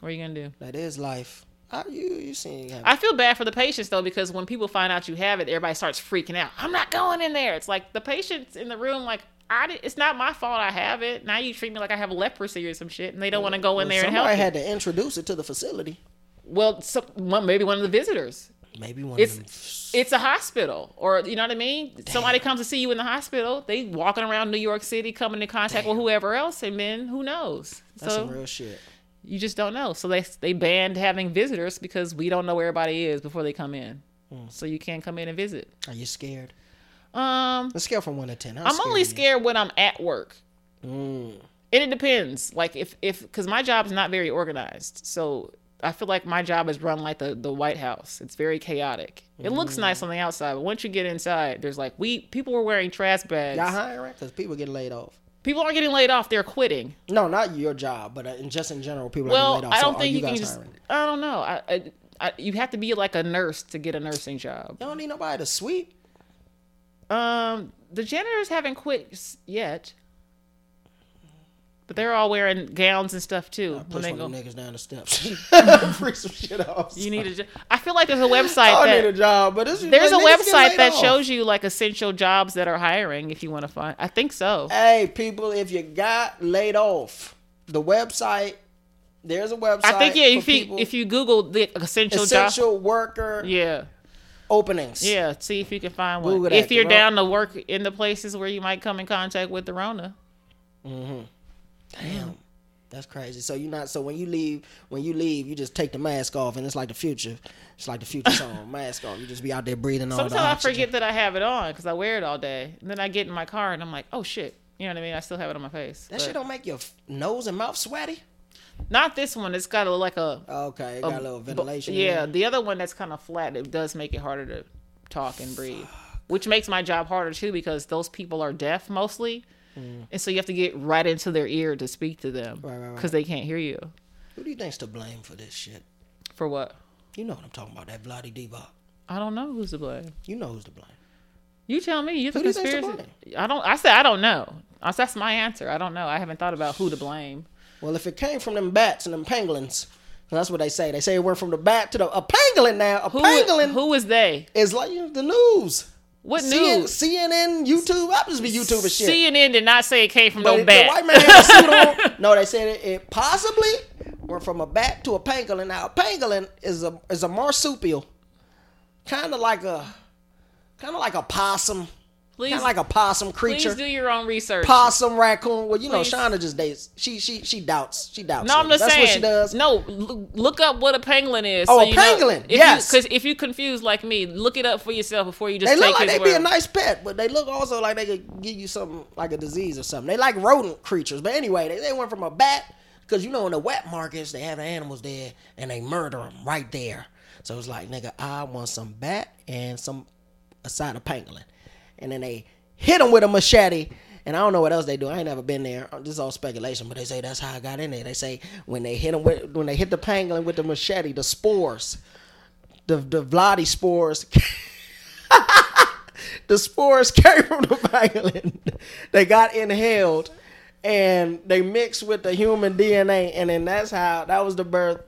What are you gonna do? That is life. I, you you seen? I feel bad for the patients though because when people find out you have it, everybody starts freaking out. I'm not going in there. It's like the patients in the room like. I did, it's not my fault I have it. Now you treat me like I have leprosy or some shit, and they don't want to go in there and help. Somebody you. had to introduce it to the facility. Well, some, one, maybe one of the visitors. Maybe one of them. It's it's a hospital, or you know what I mean. Somebody comes to see you in the hospital. They walking around New York City, coming in contact with whoever else, and then who knows? That's so some real shit. you just don't know. So they they banned having visitors because we don't know where everybody is before they come in. Hmm. So you can't come in and visit. Are you scared? Um, Let's scale from one to ten. How I'm only scared. scared when I'm at work. are you? Mm. And it depends. Like if if because my job's not very organized, so I feel like my job is run like the the White House. It's very chaotic. It looks Mm. nice on the outside, but once you get inside, there's like we people were wearing trash bags. Y'all hiring? right? Because people get laid off. People aren't getting laid off; they're quitting. No, not your job, but uh, in, just in general, people are Well, getting laid off. I So don't are think you, guys can just. hiring? I don't know. I, I, I you have to be like a nurse to get a nursing job. Y'all don't need nobody to sweep. Um, the janitors haven't quit s- yet, but they're all wearing gowns and stuff too. When Push they one of go, the niggas down the steps. Free some shit off. you need a. j- I feel like there's a website I don't that need a job, but this, There's a but niggas get website laid that off. shows you like essential jobs that are hiring if you want to find. I think so. Hey, people, if you got laid off, the website. There's a website. I think yeah. for If you people. if you Google the essential, job, essential worker yeah, openings. yeah. See if you can find one. Google that, if you're the down to work in the places where you might come in contact with the Rona, Damn. That's crazy. So you not so when you leave when you leave you just take the mask off and it's like the future. It's like the future song, mask off. You just be out there breathing all the sometimes I oxygen. forget that I have it on because I wear it all day, and then I get in my car and I'm like, oh shit. You know what I mean? I still have it on my face. That but shit don't make your f- nose and mouth sweaty. not this one. It's got a like a Okay, it got a little bu- ventilation. in Um, yeah, it. the other one that's kind of flat, it does make it harder to talk and breathe, which makes my job harder too because those people are deaf mostly. And so you have to get right into their ear to speak to them because Mm. Right, right, right. they can't hear you. Who do you think's to blame for this shit? For what? You know what I'm talking about? That bloody Debo. I don't know who's to blame. You know who's to blame? You tell me. You're the Who do you think's to conspiracy. I don't. I said I don't know. I, that's my answer. I don't know. I haven't thought about who to blame. Well, if it came from them bats and them pangolins, that's what they say. They say it went from the bat to the a pangolin now. A Who? pangolin Who is they? is like you know, the news. What CN news? CNN, YouTube. I just be YouTube and shit. CNN did not say it came from But no if bat. The white man had a suit on. No, they said it, it possibly went from a bat to a pangolin. Now, a pangolin is a is a marsupial, kind of like a kind of like a possum, please, kind of like a possum creature, please do your own research. possum raccoon. Well, you Please. know, Shauna just dates. She she she doubts. She doubts. No, I'm niggas. just That's saying. what she does. No, l- look up what a pangolin is. Oh, so a you know- pangolin, If yes. Because if you confused like me, look it up for yourself before you just They take look like his they'd word. be a nice pet, but they look also like they could give you something like a disease or something. They like rodent creatures. But anyway, they, they went from a bat, because you know, in the wet markets, they have the animals there and they murder them right there. So it's like, nigga, I want some bat and some a side of pangolin. And then they hit them with a machete. And I don't know what else they do. I ain't never been there. This is all speculation, but they say that's how I got in there. They say when they hit them with when they hit the pangolin with the machete, the spores, the the Vladi spores the spores came from the pangolin. they got inhaled and they mixed with the human DNA, and then that's how that was the birth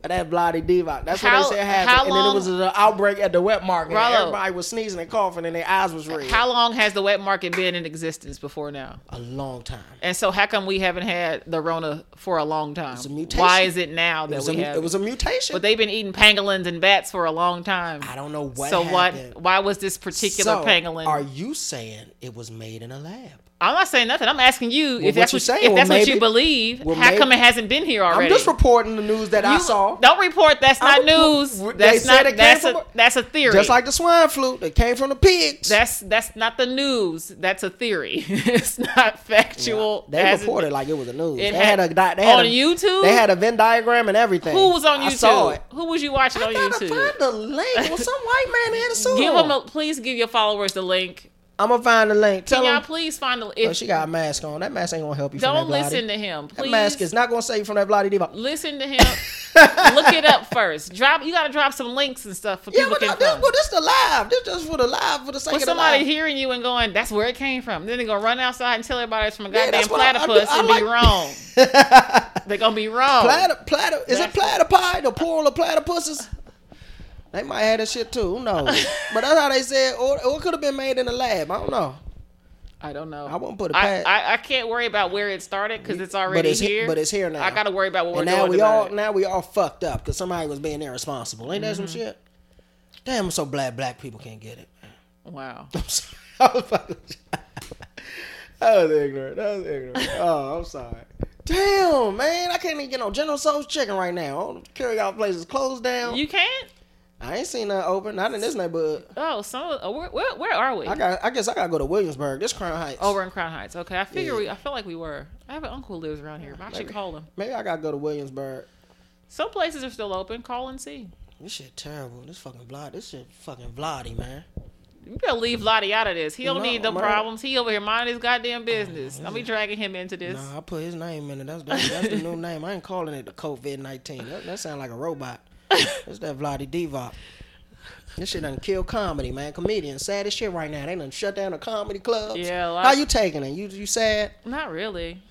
of that bloody Divock. That's How- what they said how happened. and then long- it was an outbreak at the wet market. and Rollo. everybody was sneezing and coughing, and their eyes was red. How long has the wet market been in existence before now? a long time. And so how come we haven't had the Rona for a long time? a mutation. Why is it now It that was, we a, have? it was a mutation. but they've been eating pangolins and bats for a long time. I don't know what. so happened. what? Why was this particular So, pangolin? Are you saying it was made in a lab? I'm not saying nothing. I'm asking you if what that's you what, saying, if well, that's what maybe- you believe. well, how come it maybe- hasn't been here already? I'm just reporting the news that I You- saw. Don't report. That's I not report- news. they That's said not. it came That's from a, a- that's a theory. Just like the swine flu, they came from the pigs. that's that's not the news. That's a theory. it's not factual. They Hasn't- reported like it was a news. It they had, had- a di- they had on a, YouTube? They had a Venn diagram and everything. Who was on YouTube? I saw it. Who was you watching on Gotta YouTube? find the link. Was some white man in the suit? Give them. A, please give your followers the link. I'm gonna find the link. Tell Can y'all them. please find the. Oh, If, she got a mask on. That mask ain't gonna help you. don't from that listen Vlade. to him. Please. That mask is not gonna save you from that bloody diva. Listen to him. Look it up first. Drop. You got to drop some links and stuff for Yeah, people but can this, find. but this the live. This just for the live for the sake With of somebody the live. hearing you and going, that's where it came from. Then they're gonna run outside and tell everybody it's from a Yeah, goddamn that's what I- I do- platypus I and like- be wrong. they're gonna be wrong. Platter, platter, is it That's- platypi? The plural of platypuses? They might have that shit too. Who knows? but that's how they said, or, or it could have been made in the lab. I don't know. I don't know. I wouldn't put it I, past. I, I can't worry about where it started because it's already it's he- here. but it's here now. I gotta worry about and what we're now doing we about all it. Mm-hmm. now we all fucked up because somebody was being irresponsible. Ain't that some shit? Damn, I'm so glad black people can't get it. Wow. I'm sorry. I was fucking. I was ignorant. That was ignorant. Oh, I'm sorry. Damn, man, I can't even get no General Soul's chicken right now. All the carry out places closed down. You can't? I ain't seen that open. Not in this neighborhood. Oh, so oh, where, where, where are we? I got. I guess I gotta go to Williamsburg. This Crown Heights. Over in Crown Heights. Okay, I figure we. I feel like we were. I have an uncle who lives around here. but I should call him. Maybe I gotta go to Williamsburg. Some places are still open. Call and see. This shit terrible. This fucking blot. This shit fucking blotty, man. You better leave Lottie out of this. He don't No, need no man. problems. He over here minding his goddamn business. Don't be dragging him into this. Nah, I put his name in it. That's that's, that's the new name. I ain't calling it the COVID nineteen. That, that sounds like a robot. That's that Vladi Divac. This shit done kill comedy, man. Comedians sad as shit right now. They done shut down the comedy clubs. Yeah, a lot- How you taking it? You you sad? Not really.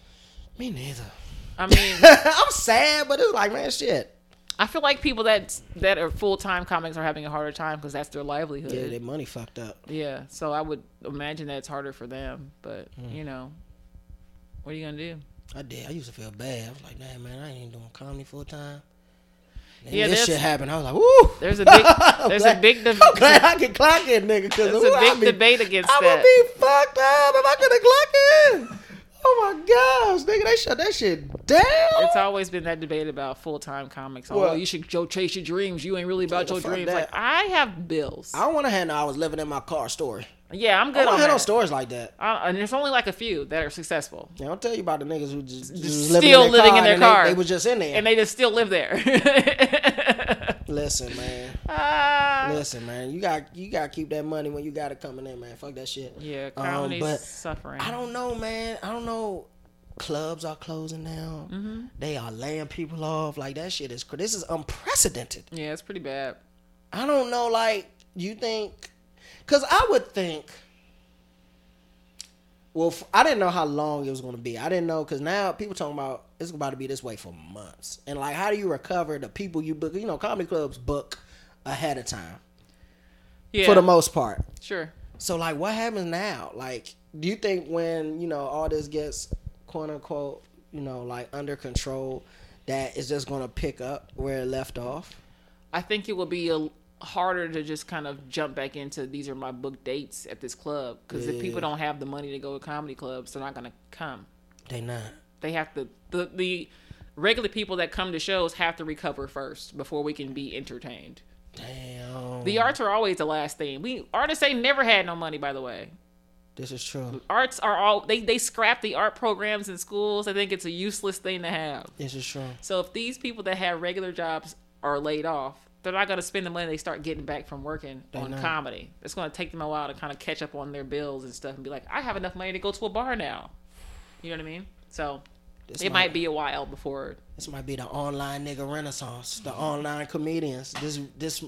Me neither. I mean, I'm sad, but it's like man, shit. I feel like people that that are full time comics are having a harder time because that's their livelihood. Yeah, their money fucked up. Yeah, so I would imagine that it's harder for them, but Mm. you know, what are you gonna do? I did. I used to feel bad. I was like, nah, man, I ain't even doing comedy full time. And Yeah, this that's- shit happened. I was like, woo. There's a big, I'm there's glad- a big, I'm glad deb- I can clock in, nigga. Cause there's a ooh, I big be- debate against I would that. be fucked up if I could have clocked in. Oh my gosh, nigga, they shut that shit down. It's always been that debate about full time comics. Oh, Well- you should go chase your dreams. You ain't really about the your fuck dreams. that. Like I have bills. I don't want to have no. I was living in my car story. yeah, I'm I good don't on have no that. stories like that. I- and there's only like a few that are successful, Yeah, I'll tell you about the niggas who just, just Just was living still in their living car in their and then car. They, they was just in there. and they just still live there. listen, man. Ah. Listen, man. You got you got to keep that money when you got it coming in, man. Fuck that shit. yeah, Um, comedy's but suffering. I don't know, man. I don't know. Clubs are closing down. They are laying people off. Like that shit is. cra- This is unprecedented. yeah, it's pretty bad. I don't know. Like, you think? Because I would think. Well, f- I didn't know how long it was going to be. I didn't know because now people talking about it's about to be this way for months. And like, how do you recover the people you book? You know, comedy clubs book ahead of time Yeah, for the most part. sure. So like, what happens now? Like, do you think when you know all this gets quote unquote you know like under control, that it's just going to pick up where it left off? I think it will be a, harder to just kind of jump back into these are my book dates at this club because if people don't have the money to go to comedy clubs, they're not going to come. They not. They have to the the regular people that come to shows have to recover first before we can be entertained. Damn. The arts are always the last thing. We artists ain't never had no money by the way. This is true. Arts are all they they scrap the art programs in schools. I think it's a useless thing to have. This is true. So if these people that have regular jobs are laid off, they're not going to spend the money they start getting back from working on not. comedy. It's going to take them a while to kind of catch up on their bills and stuff and be like, I have enough money to go to a bar now. You know what I mean? So This it might be a while before. This might be the online nigga renaissance. The online comedians. This this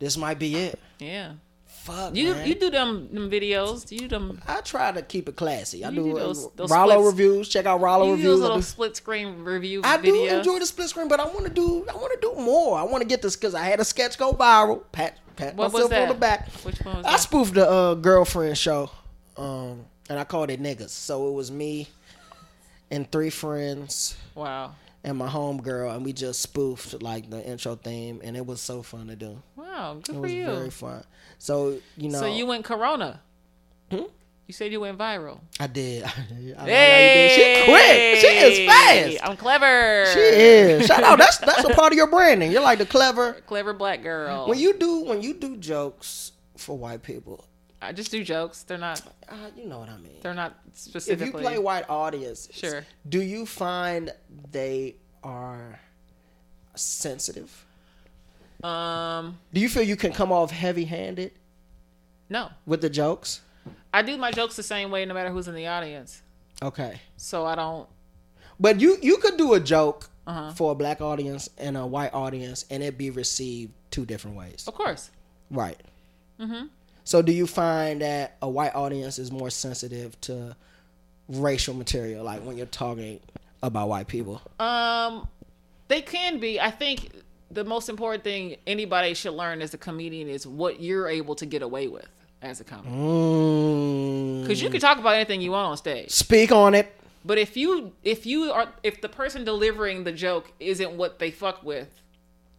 this might be it. Yeah. Fuck You man. you do them them videos. You do them. I try to keep it classy. I You do, do uh, those- those Rollo splits. reviews. Check out Rollo You do reviews. those I little do- split screen review I do videos. enjoy the split screen, but I want to do I want to do more. I want to get this because I had a sketch go viral. Pat pat What was myself on the that? back. Which one was I that? spoofed the uh, girlfriend show, um, and I called it niggas. So it was me and three friends. Wow. and my homegirl, and we just spoofed like the intro theme, and it was so fun to do. Wow. Good It for was you. very fun. So you know, So you went Corona. You said you went viral. I did. I did. Hmm? I did. She quick. She Hey! is fast. I'm clever. She is. Shout out. That's that's a part of your branding. You're like the clever. Clever black girl. When you do when you do jokes for white people, I just do jokes. They're not. uh, you know what I mean. They're not If you specifically. play white audiences, Sure. Do you find they are sensitive? um, Do you feel you can come off heavy-handed no, with the jokes? I do my jokes the same way no matter who's in the audience. Okay. So I don't. But you you could do a joke Uh-huh. for a black audience and a white audience, and it be received two different ways. Of course. Right. Mm-hmm. So do you find that a white audience is more sensitive to racial material, like when you're talking about white people? Um, they can be. I think the most important thing anybody should learn as a comedian is what you're able to get away with as a comic. Mm. Because you can talk about anything you want on stage. Speak on it. But if you if you are if the person delivering the joke isn't what they fuck with,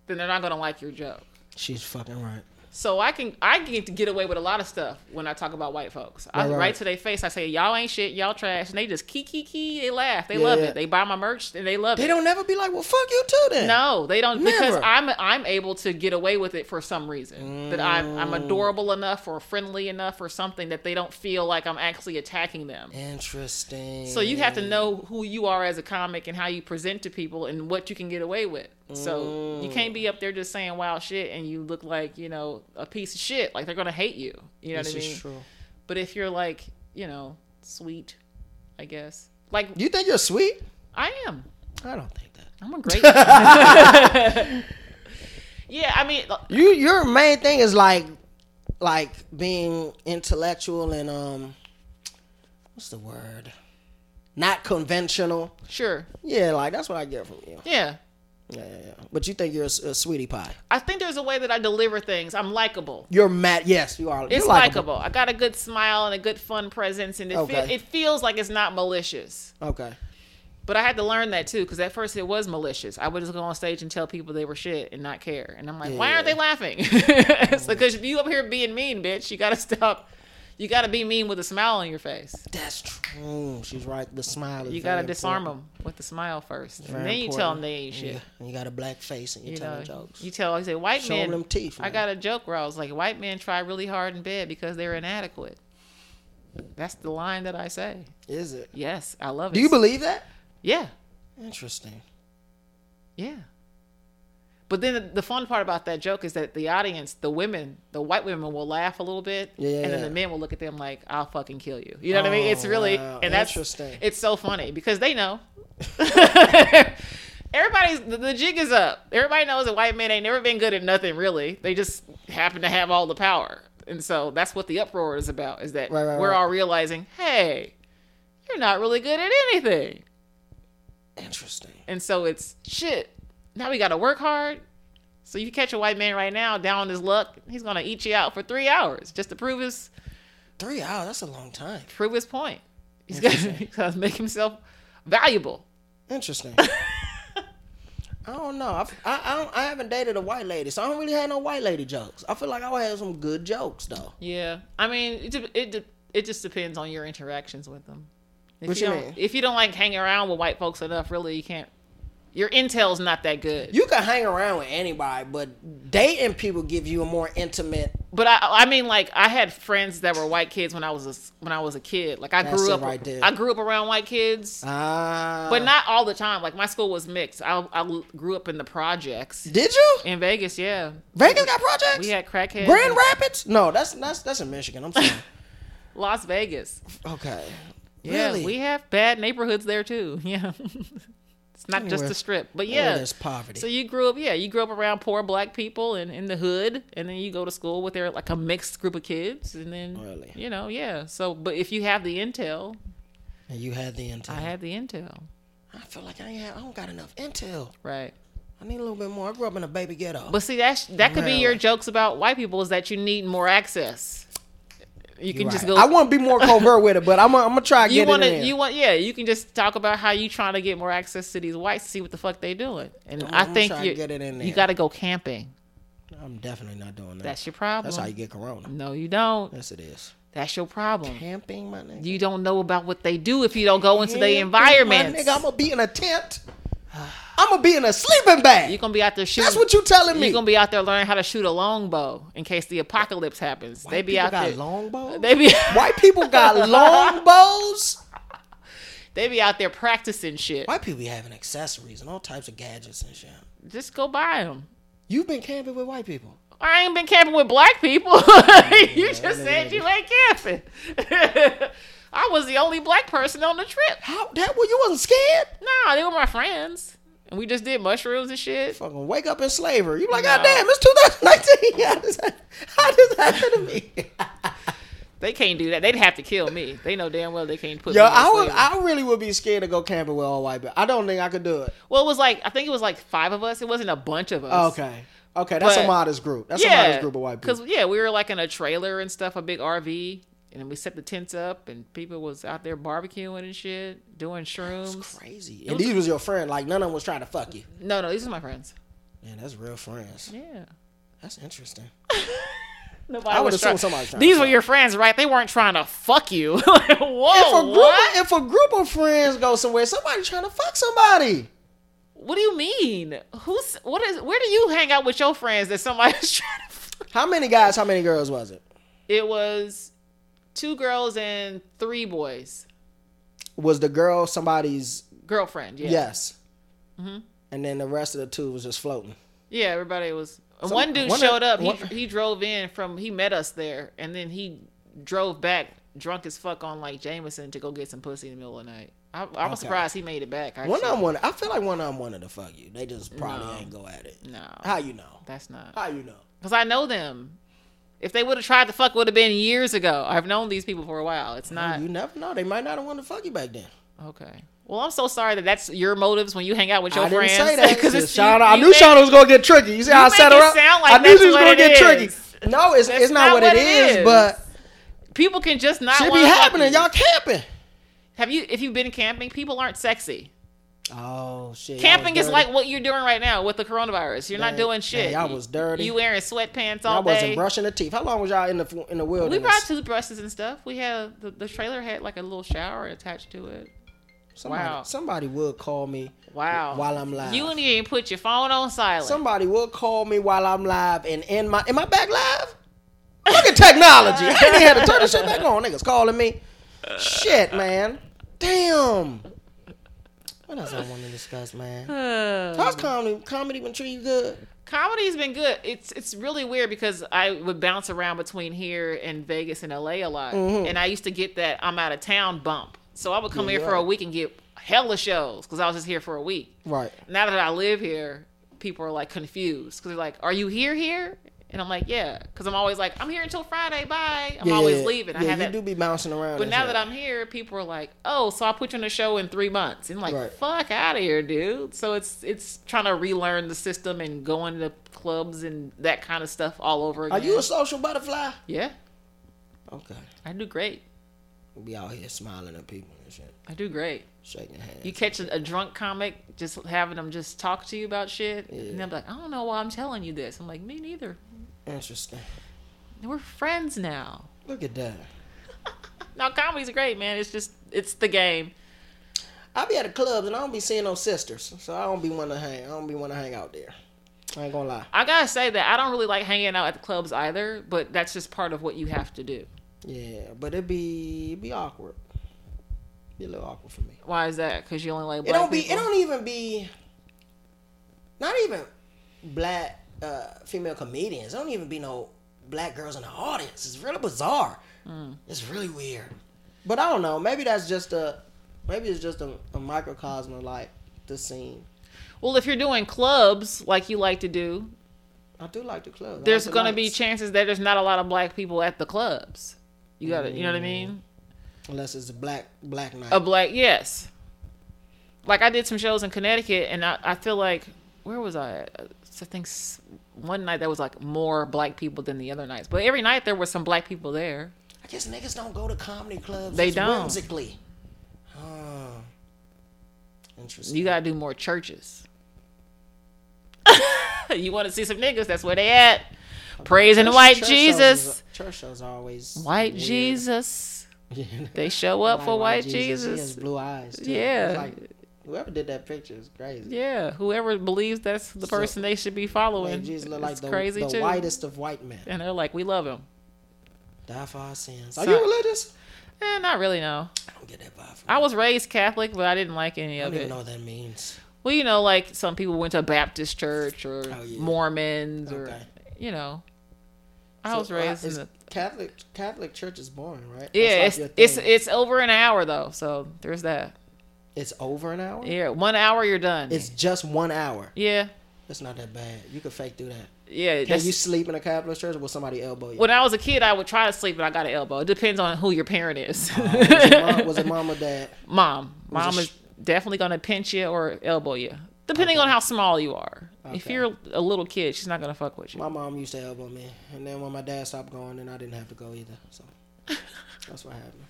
then they're not gonna like your joke. She's fucking right. So I can I get to get away with a lot of stuff when I talk about white folks. I Right, right, right. to their face, I say y'all ain't shit, y'all trash, and they just kee kee kee. They laugh, they Yeah, love yeah. it. They buy my merch and they love They it. don't never be like, well, fuck you too then. No, they don't because Never. I'm I'm able to get away with it for some reason. That I'm I'm Mm. adorable enough or friendly enough or something that they don't feel like I'm actually attacking them. Interesting. So you have to know who you are as a comic and how you present to people and what you can get away with. So Mm. you can't be up there just saying wild shit and you look like, you know, a piece of shit. Like they're gonna hate you. You know This what I is mean? true. But if you're like, you know, sweet, I guess. Like You think you're sweet? I am. I don't think that. I'm a great Yeah, I mean uh, You your main thing is like like being intellectual and um what's the word? Not conventional. sure. Yeah, like that's what I get from you. Yeah. Yeah, yeah, yeah. But you think you're a, s- a sweetie pie. I think there's a way that I deliver things. I'm likable. You're mad. Yes, you are. It's you're likeable. likable. I got a good smile and a good fun presence, and it, fe- Okay. it feels like it's not malicious. Okay. But I had to learn that too, because at first it was malicious. I would just go on stage and tell people they were shit and not care. And I'm like, why aren't they laughing? it's because you up here being mean, bitch. You gotta stop. You gotta be mean with a smile on your face. That's true. She's right. The smile is You gotta very disarm important. them with a smile first, and Very then you tell important. them they ain't shit. Yeah. And you got a black face and you're You telling know, jokes. you tell. I say white Show men. them teeth. I man. got a joke where I was like, white men try really hard in bed because they're inadequate. That's the line that I say. Is it? Yes, I love it. Do you believe that? Yeah, Interesting. yeah. But then the, the fun part about that joke is that the audience, the women, the white women will laugh a little bit, and then Yeah. the men will look at them like, "I'll fucking kill you." You know what I mean? It's Oh, really wow. and that's Interesting. It's so funny because they know. Everybody's the, the jig is up. Everybody knows that white men ain't never been good at nothing really. They just happen to have all the power, and so that's what the uproar is about. Is that Right, right, we're right. all realizing, hey, you're not really good at anything, Interesting. and so it's shit. Now we got to work hard. So you catch a white man right now down on his luck, he's gonna eat you out for three hours just to prove his Three hours. That's a long time. prove his point. He's gonna, he's gonna make himself valuable. Interesting. I don't know. I've, I I, don't, I haven't dated a white lady, so I don't really have no white lady jokes. I feel like I would have some good jokes though. Yeah, I mean, it de- it de- it just depends on your interactions with them. If What you don't, mean? If you don't like hang around with white folks enough, really, you can't. Your intel's not that good. You can hang around with anybody, but dating people give you a more intimate. But I, I mean, like I had friends that were white kids when I was a, s- when I was a kid. Like I That's grew it up, right there. I grew up around white kids, Ah, but not all the time. Like my school was mixed. I I l- grew up in the projects Did you? in Vegas. Yeah, Vegas got projects. we had crackheads. Grand in Rapids? No, that's that's that's in Michigan. I'm sorry. Las Vegas. okay. Yeah, really? we have bad neighborhoods there too. Yeah. it's not just Anywhere- the strip. But yeah. yeah. There's Oh, poverty. So you grew up, yeah, you grew up around poor black people and in the hood, and then you go to school with their like a mixed group of kids, and then Really? you know, yeah. So, but if you have the intel, and you had the intel. I I, had the intel, feel like I ain't had, I don't got enough intel. right? I need a little bit more. I grew up in a baby ghetto. But see, that that could be your Really? jokes about white people is that you need more access. You can You're just right. go. I want to be more covert with it, but I'm gonna I'm gonna try to you get want it in. to you want yeah you can just talk about how you trying to get more access to these whites to see what the fuck they doing and i I'm think trying to you, get it in you there. got to go camping I'm definitely not doing that. that's your problem That's how you get corona. no you don't Yes, it is. that's your problem Camping, my nigga. you don't know about what they do if you don't go into Camping, their environment My nigga, I'm gonna be in a tent. I'm gonna be in a sleeping bag. you're gonna be out there shooting That's what you telling me. you're gonna be out there learning how to shoot a longbow in case the apocalypse happens they be people out got there longbows. they be White people got longbows. they be out there practicing shit White people be having accessories and all types of gadgets and shit. just go buy them You've been camping with white people. I ain't been camping with black people. you just said you ain't camping. I was the only black person on the trip. How that? Well, you wasn't scared. Nah, they were my friends. And we just did mushrooms and shit. fucking wake up in slavery. You be like, No. God damn, it's 2019. How this, how this happened to me? They can't do that. They'd have to kill me. They know damn well they can't put Yo, me in I would, slavery. I really would be scared to go camping with all white people. I don't think I could do it. Well, it was like, I think it was like five of us. It wasn't a bunch of us. Oh, Okay, okay, that's But- a modest group. That's a Yeah. modest group of white people. Because, yeah, we were like in a trailer and stuff, a big RV. And we set the tents up and people was out there barbecuing and shit, doing shrooms. Crazy. And these was your friend. Like none of them was trying to fuck you. No, no, these are my friends. Man, that's real friends. Yeah. That's interesting. Nobody I would was assume try- somebody was trying to These were fuck. your friends, right? They weren't trying to fuck you. Like, If a Whoa, group, what? if a group of friends go somewhere, somebody trying to fuck somebody. What do you mean? Who's what is? Where do you hang out with your friends that somebody's trying to? Fuck? How many guys? How many girls was it? It was two girls and three boys. Was the girl somebody's? Girlfriend, yeah, Mm-hmm. yeah. Yes. And then the rest of the two was just floating. everybody was. and one dude one of- showed up. one- he he drove in from. He met us there, and then he drove back drunk as fuck on like Jameson to go get some pussy in the middle of the night. I, I was surprised he made it back. Actually. One of them wanted. I feel like one of them wanted to fuck you. They just probably No. ain't go at it. No, How you know? that's not. How you know? Because I know them. If they would have tried to fuck, would have been years ago. I've known these people for a while. It's not You never know. They might not have wanted to fuck you back then. okay. Well, I'm so sorry that that's your motives when you hang out with your I didn't friends. say that. 'Cause Just it's- Shauna- you- I you knew think- Shauna was gonna get tricky. You see how I make set her it up? sound like I knew that's she was what gonna it get is. tricky. No, it's That's it's not, what it is, but people can just not. shit be wanna fuck happening. you. Y'all camping. have you if you've been camping? People aren't sexy. Oh shit. y'all Camping was is dirty. like what you're doing right now with the coronavirus. You're Dang, not doing dang, shit. y'all was dirty. You wearing sweatpants I all wasn't day. brushing the teeth. How long was y'all in the in the we wilderness? brought toothbrushes and stuff. We had the, the trailer had like a little shower attached to it. somebody, wow. somebody would call me Wow. while I'm live. You didn't even put your phone on silent. Somebody will call me while I'm live and in my am I back live? Look at technology. I ain't even had to turn this shit back on. Niggas calling me. Shit, man. Damn. What else I want to discuss, man? Uh, How's comedy comedy been treating you good? comedy's been good. It's it's really weird because I would bounce around between here and Vegas and LA a lot, Mm-hmm. and I used to get that I'm out of town bump. So I would come Yeah, here you for a are. week and get hella shows because I was just here for a week. Right. Now that I live here, people are like confused because they're like, "Are you here here?" And I'm like, "Yeah," because I'm always like, "I'm here until Friday, bye." I'm Yeah, always yeah. leaving. I Yeah, have you that do be bouncing around. But now that I'm here, people are like, "Oh, so I put you on a show in three months," and like, Right. "Fuck out of here, dude." So it's it's trying to relearn the system and going to clubs and that kind of stuff all over Are again. you a social butterfly? yeah, Okay. I do great. We be out here smiling at people and shit. I do great. Shaking hands. You catch a, a drunk comic just having them just talk to you about shit, and Yeah. they're like, "I don't know why I'm telling you this." I'm like, "Me neither." Interesting. We're friends now. Look at that. Now comedy's great, man. It's just it's the game. I be at the clubs and I don't be seeing no sisters, so I don't be want to hang. I don't be want to hang out there. I ain't gonna lie. I gotta say that I don't really like hanging out at the clubs either, but that's just part of what you have to do. Yeah, but it be it be awkward. Be a little awkward for me. Why is that? Because you only like It black don't be. It people? don't even be. Not even black uh, female comedians. There don't even be no black girls in the audience. It's really bizarre. Mm. It's really weird. But I don't know. Maybe that's just a. Maybe it's just a, a microcosm of like the scene. Well, if you're doing clubs like you like to do, I do like the club. I like there's the gonna be lights. chances that there's not a lot of black people at the clubs. You gotta, you know what I mean? Mm. unless it's a black black night. A black, yes. Like I did some shows in Connecticut, and I, I feel like where was I? At? I think s- one night there was like more black people than the other nights, but every night there were some black people there. I guess niggas don't go to comedy clubs. They as don't. Whimsically. Huh. Interesting. You gotta do more churches. you want to see some niggas? That's where they at. Praising Church- white church Jesus. shows is- church shows are always White weird. Jesus. Yeah. They show up Like for white, He has Jesus. blue eyes. Too. Yeah. It's Like, whoever did that picture is crazy. Yeah, whoever believes that's the So, person they should be White following. Jesus look it's like the, crazy the too. whitest of white men. And they're like, we love him. Die for our sins. Are So- you religious? Eh, not really, no. I don't get that vibe. From you. I was raised Catholic, but I didn't like any I of don't even it. know what that means. Well, you know, like some people went to a Baptist church or Oh, yeah. Mormons or, Okay. you know. I So, was raised uh, in is the. Catholic. Catholic church is boring, right? That's like Yeah, it's, your thing. it's it's over an hour though, so there's that. It's over an hour. Yeah, one hour you're done. It's just one hour. yeah, It's not that bad. You can fake through that. yeah. Can that's- you sleep in a Catholic church or will somebody elbow you? when I was a kid, I would try to sleep, but I got an elbow. It depends on who your parent is. Oh, Was it mom, was it mom or dad? Mom, mom Was it is definitely gonna pinch you or elbow you, depending on how small you are. If Okay. you're a little kid, she's not gonna fuck with you. My mom used to elbow me. And then when my dad stopped going, then I didn't have to go either. So that's what happened.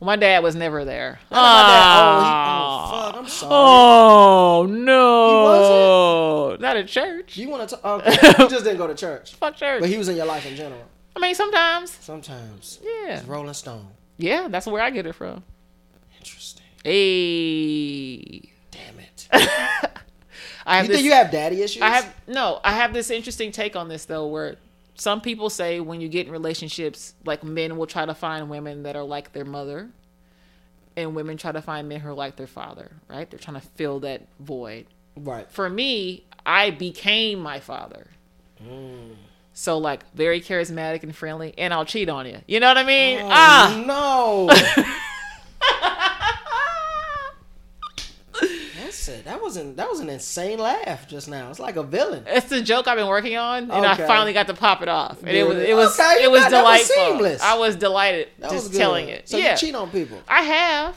Well, my dad was never there. My Oh, dad- oh, he- oh, fuck. I'm sorry. oh no, not at church. You want to talk? Okay. you just didn't go to church. Fuck church. But he was in your life in general. I mean, sometimes. Sometimes. Yeah. It's Rolling Stone. Yeah, that's where I get it from. Interesting. Hey. Damn it. I have you this, think you have daddy issues? I have no, I have this interesting take on this though where some people say when you get in relationships, like men will try to find women that are like their mother and women try to find men who are like their father, right? They're trying to fill that void. Right. for me, I became my father. Mm. So like very charismatic and friendly, and I'll cheat on you. You know what I mean? Ah, Oh, no. That's it. That wasn't that was an insane laugh just now. It's like a villain. it's the joke I've been working on, and Okay. I finally got to pop it off, and it was Good. it was Okay, it was that- that was delightful. seamless. I was delighted That was just good. telling it. So yeah, you cheat on people. I have.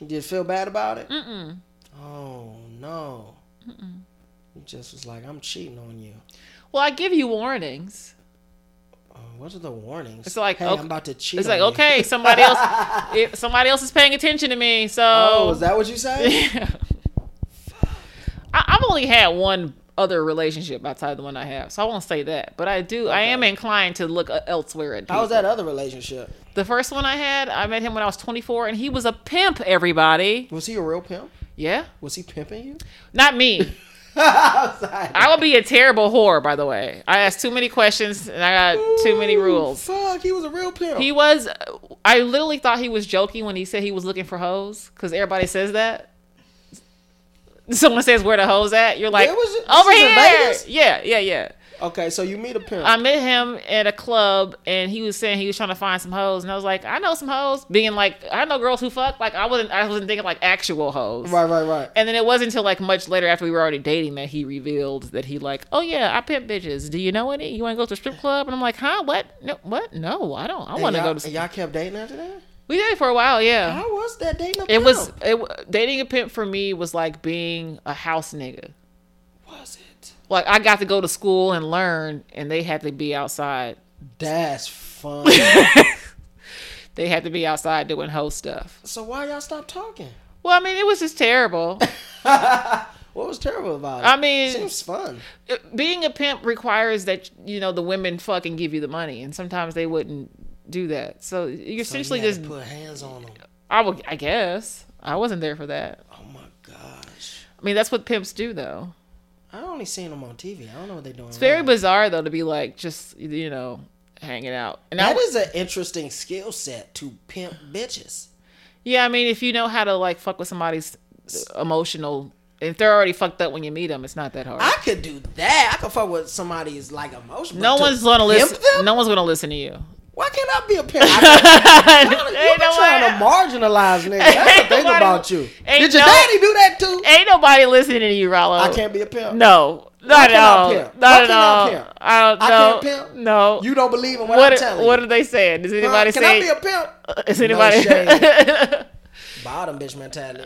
Did you feel bad about it? Mm-mm. Oh no. Mm-mm. You just was like, I'm cheating on you. Well, I give you warnings. Oh, what are the warnings? It's like, hey, okay- I'm about to cheat. It's on like you. okay, somebody else, if somebody else is paying attention to me, so Oh, is that what you say? I, I've only had one other relationship outside the one I have, so I won't say that. But I do, I am inclined to look uh, elsewhere at. How was people. that other relationship? The first one I had, I met him when I was 24, and he was a pimp. Everybody, Was he a real pimp? yeah, Was he pimping you? not me. I was like, I would be a terrible whore, by the way. I asked too many questions and I got too many "Ooh, rules. Fuck, he was a real pimp. He was, I literally thought he was joking when he said he was looking for hoes, because everybody says that. Someone says where the hoes at, you're like Where was it? This over was in here. Vegas? Yeah, yeah, yeah. okay, so you meet a pimp. I met him at a club and he was saying he was trying to find some hoes and I was like, I know some hoes. Being like, I know girls who fuck. Like I wasn't I wasn't thinking like actual hoes. right, right, right. And then it wasn't until like much later after we were already dating that he revealed that he like, oh yeah, I pimp bitches. Do you know any? You want to go to a strip club? And I'm like, huh? What? No, what? No, I don't. I And want to y'all- go to. and y'all kept dating after that? We did it for a while, yeah. How was that dating a It pimp? was it, w- dating a pimp for me was like being a house nigga. Was it? Like I got to go to school and learn, and they had to be outside That's fun. they had to be outside doing hoe stuff. so why y'all stop talking? Well, I mean, it was just terrible. What was terrible about it? I mean- seems fun. It- Being a pimp requires that you know the women fucking give you the money, and sometimes they wouldn't do that. So you're essentially Oh, You had just to put hands on them. I would I guess I wasn't there for that. Oh my gosh. I mean, that's what pimps do though. I only seen them on TV. I don't know what they're doing. It's very bizarre though to be like just you know hanging out. And I, That is an interesting skill set to pimp bitches. yeah, I mean, if you know how to like fuck with somebody's emotional. If they're already fucked up when you meet them, it's not that hard. I could do that. I could fuck with somebody's like emotion. but no to one's gonna pimp listen. them? No one's gonna listen to you. Why can't I be a pimp? I- you Ain't been no trying way. to marginalize niggas. That's the Ain't thing nobody- about you. ain't Did your no- daddy do that too? Ain't nobody listening to you, Rollo. I can't be a pimp. No, not can't at I all. pimp? Why Not at can't I all. pimp? I don't I know. can't pimp? No. You don't believe in what, I'm what? Are, telling what you. are they saying? Does Huh? anybody Can say? I be a pimp? is anybody? shade. Bottom bitch mentality.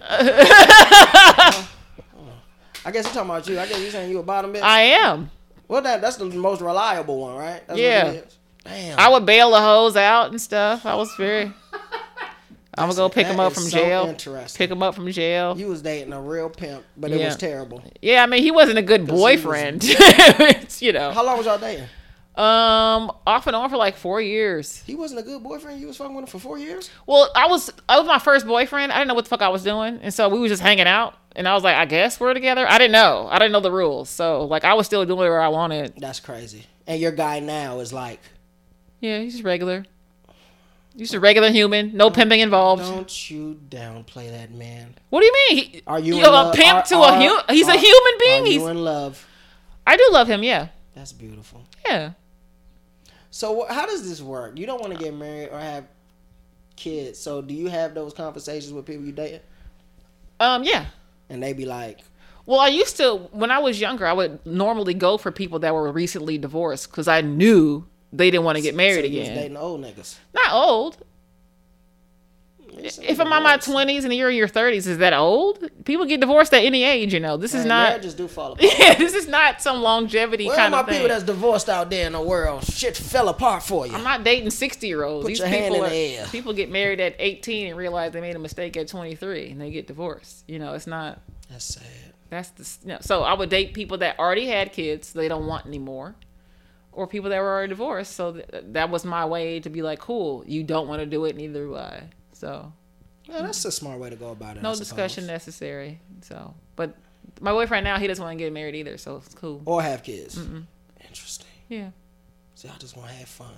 I guess you're talking about you. I guess you're saying you a bottom bitch. I am. well, that, that's the most reliable one, right? That's what it Yeah. is. Damn. I would bail the hoes out and stuff. I was very. I'm gonna go pick that them up is from so jail. interesting. Pick them up from jail. you was dating a real pimp, but it Yeah. was terrible. Yeah, I mean he wasn't a good was- boyfriend. It's, you know, How long was y'all dating? um, off and on for like four years. He wasn't a good boyfriend. You was fucking with him for four years. Well, I was I was my first boyfriend. I didn't know what the fuck I was doing, and so we were just hanging out. And I was like, I guess we're together. I didn't know. I didn't know the rules, so like I was still doing whatever I wanted. That's crazy. And your guy now is like, Yeah, he's just regular. He's just a regular human. No pimping involved. don't you downplay that man. What do you mean? He- Are you he- in a love? pimp Are- to are- a human? He's are- a human being. Are He's. you in love? I do love him. Yeah. That's beautiful. Yeah. So wh- how does this work? You don't want to get married or have kids. So do you have those conversations with people you date, Um. Yeah. and they be like, Well, I used to when I was younger, I would normally go for people that were recently divorced because I knew they didn't want to get married "You was again. dating old niggas." Not old. It's if I'm in my twenties and you're in your thirties, is that old? People get divorced at any age, you know. This is Man, not. marriages do fall apart. Yeah, this is not some longevity Where are kind my of people thing. that's divorced out there in the world? Shit fell apart for you. I'm not dating sixty year olds. Put These your hand people in the are, air. people get married at eighteen and realize they made a mistake at twenty three and they get divorced. You know, it's not. That's sad. That's the s- no. So I would date people that already had kids they don't want anymore, or people that were already divorced. So th- that was my way to be like, cool, you don't want to do it, neither do I. So Yeah, that's a smart way to go about it. I no suppose. discussion necessary. So, but my boyfriend now he doesn't want to get married either, so it's cool. Or have kids. Interesting. Yeah. See, I just want to have fun.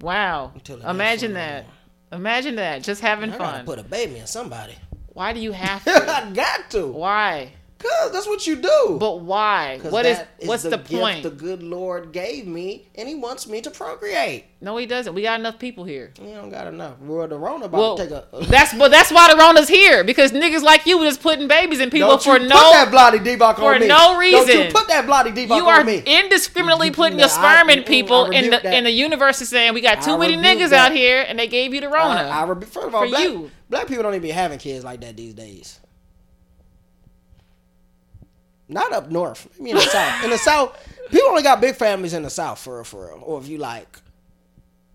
Wow. Until it makes Imagine fun no that. Imagine that. Just having I gotta fun. put a baby in somebody. why do you have to? I got to. why? Cause that's what you do. But why? 'Cause What is? that What's the, gift point? The good Lord gave me, and He wants me to procreate. No, he doesn't. We got enough people here. You don't got enough. Well, the Rona about Well, to take a. that's but that's why the Rona's here because niggas like you just putting babies in people Don't for you no put that bloody debunk for on me. no Don't you reason. put that bloody debunk You are on me. indiscriminately You- putting nah, your sperm I- in mm-mm, people I in rebuke the that. in the universe is saying we got too I many rebuke niggas that. out here and they gave you the Rona. I, I re- first of all, For black, you. black people don't even be having kids like that these days. Not up north. Maybe in the south. In the south, people only got big families in the south for real, for real. Or if you like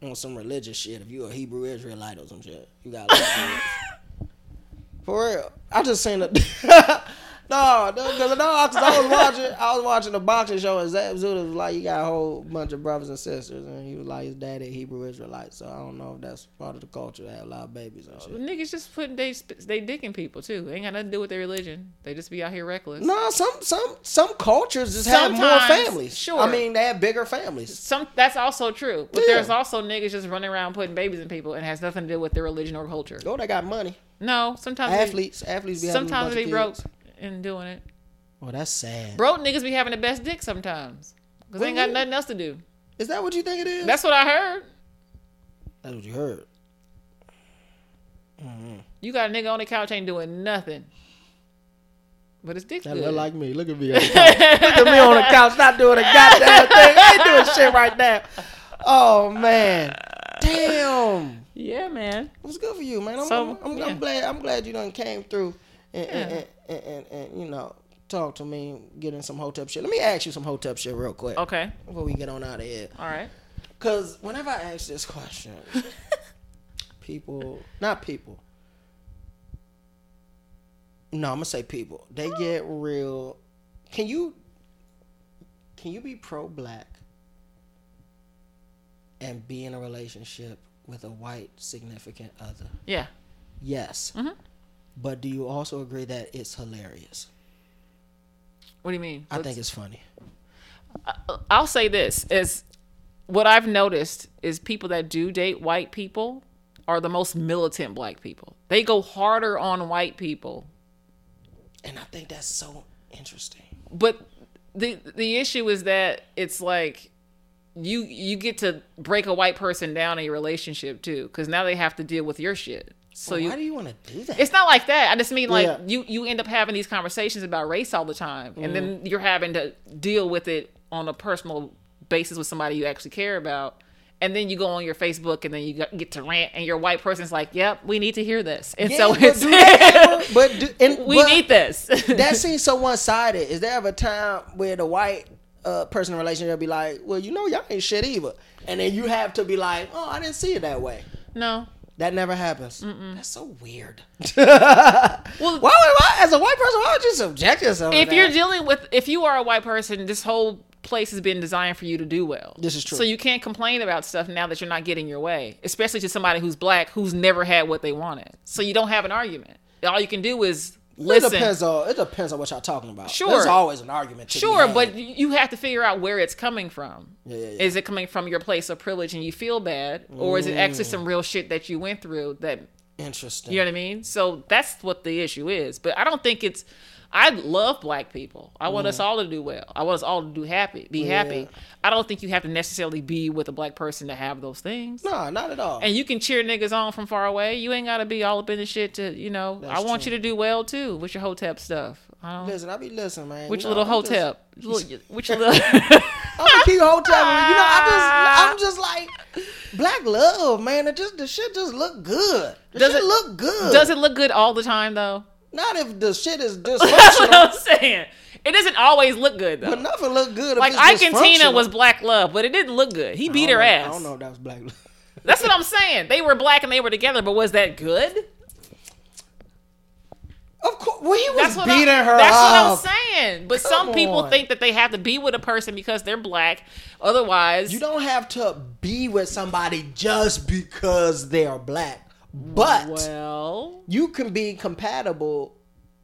on some religious shit, if you a Hebrew Israelite or some shit, you got like kids. for real. I just seen a No, no, cause no, 'cause I was watching, I was watching a boxing show, and Zab Zuda was like, "You got a whole bunch of brothers and sisters," and he was like, "His daddy Hebrew Israelite," so I don't know if that's part of the culture to have a lot of babies and shit. Niggas just putting they sp- they dick in people too. Ain't got nothing to do with their religion. They just be out here reckless. No, some some some cultures just have Sometimes, more families. sure. I mean they have bigger families. Some that's also true, but Yeah. there's also niggas just running around putting babies in people and has nothing to do with their religion or culture. Oh, they got money. No, sometimes they- Athletes, athletes be having sometimes a bunch of they broke kids. and doing it. Well, that's sad. Broke niggas be having the best dick sometimes because they ain't got Mhm. nothing else to do. Is that what you think it is? That's what I heard. That's what you heard. You got a nigga on the couch ain't doing nothing, but his dick's That good. look like me. Look at me on the couch. Look at me on the couch, not doing a goddamn thing. I ain't doing shit right now. Oh man. Damn. yeah, man. It was good for you, man. I'm, So, I'm, I'm, yeah. I'm glad I'm glad you done came through and and, and, and, and, and you know, talk to me, get in some hotep shit. Let me ask you some hotep shit real quick. Okay, before we get on out of here. all right. Because whenever I ask this question, people, not people, no, I'm gonna say people. They get real. Can you can you be pro black and be in a relationship with a white significant other? Yeah, Yes. Mm-hmm. But do you also agree that it's hilarious? what do you mean? I think it's funny. I'll say this is what I've noticed is people that do date white people are the most militant black people. They go harder on white people. And I think that's so interesting. But the the issue is that it's like you you get to break a white person down in your relationship too cuz now they have to deal with your shit. So you Why do you want to do that? it's not like that. I just mean like Yeah. you you end up having these conversations about race all the time, and Mm-hmm. then you're having to deal with it on a personal basis with somebody you actually care about, and then you go on your Facebook and then you get to rant, and your white person's like, "Yep, we need to hear this," and Yeah, so but it's do that ever- but do, and, we but need this. that seems so one sided. Is there ever a time where the white uh, person in a relationship be like, "Well, you know, y'all ain't shit either," and then you have to be like, "Oh, I didn't see it that way." no, That never happens. That's so weird. Why well, would why, as a white person? Why would you subject yourself? to if that? you're dealing with if you are a white person, this whole place has been designed for you to do well. This is true. So you can't complain about stuff now that you're not getting your way, especially to somebody who's black who's never had what they wanted. So you don't have an argument. All you can do is it listen. depends on it depends on what y'all talking about. Sure. there's always an argument. To be Sure, had. but you have to figure out where it's coming from. yeah, yeah. Is it coming from your place of privilege and you feel bad, or is it Mm. actually some real shit that you went through that interesting. You know what I mean? So that's what the issue is. But I don't think it's. I love black people. I want Mm. us all to do well. I want us all to do happy, be happy. I don't think you have to necessarily be with a black person to have those things. Nah, not at all. And you can cheer niggas on from far away. You ain't gotta be all up in the shit to, you know. I want true. you to do well too with your hotep stuff. I don't, listen, I be listening, man. with You your little know, I'm just- hotep, Little- with your little. I'm gonna keep whole time. You know, I just, I'm just like black love, man. It just the shit just look good. The Does shit it- look good? Does it look good all the time though? Not if the shit is That's what dysfunctional, I'm saying. It doesn't always look good though. but nothing look good. If Like it's Ike and Tina dysfunctional. Oh, was black love, but it didn't look good. He beat I don't her know- ass. I don't know if that was black love. That's what I'm saying. They were black and they were together, but was that good? Of course, well, he was That's what beating I'm, her That's up. what I'm saying. But some Come people on. think that they have to be with a person because they're black. Otherwise, You don't have to be with somebody just because they are black, but well, you can be compatible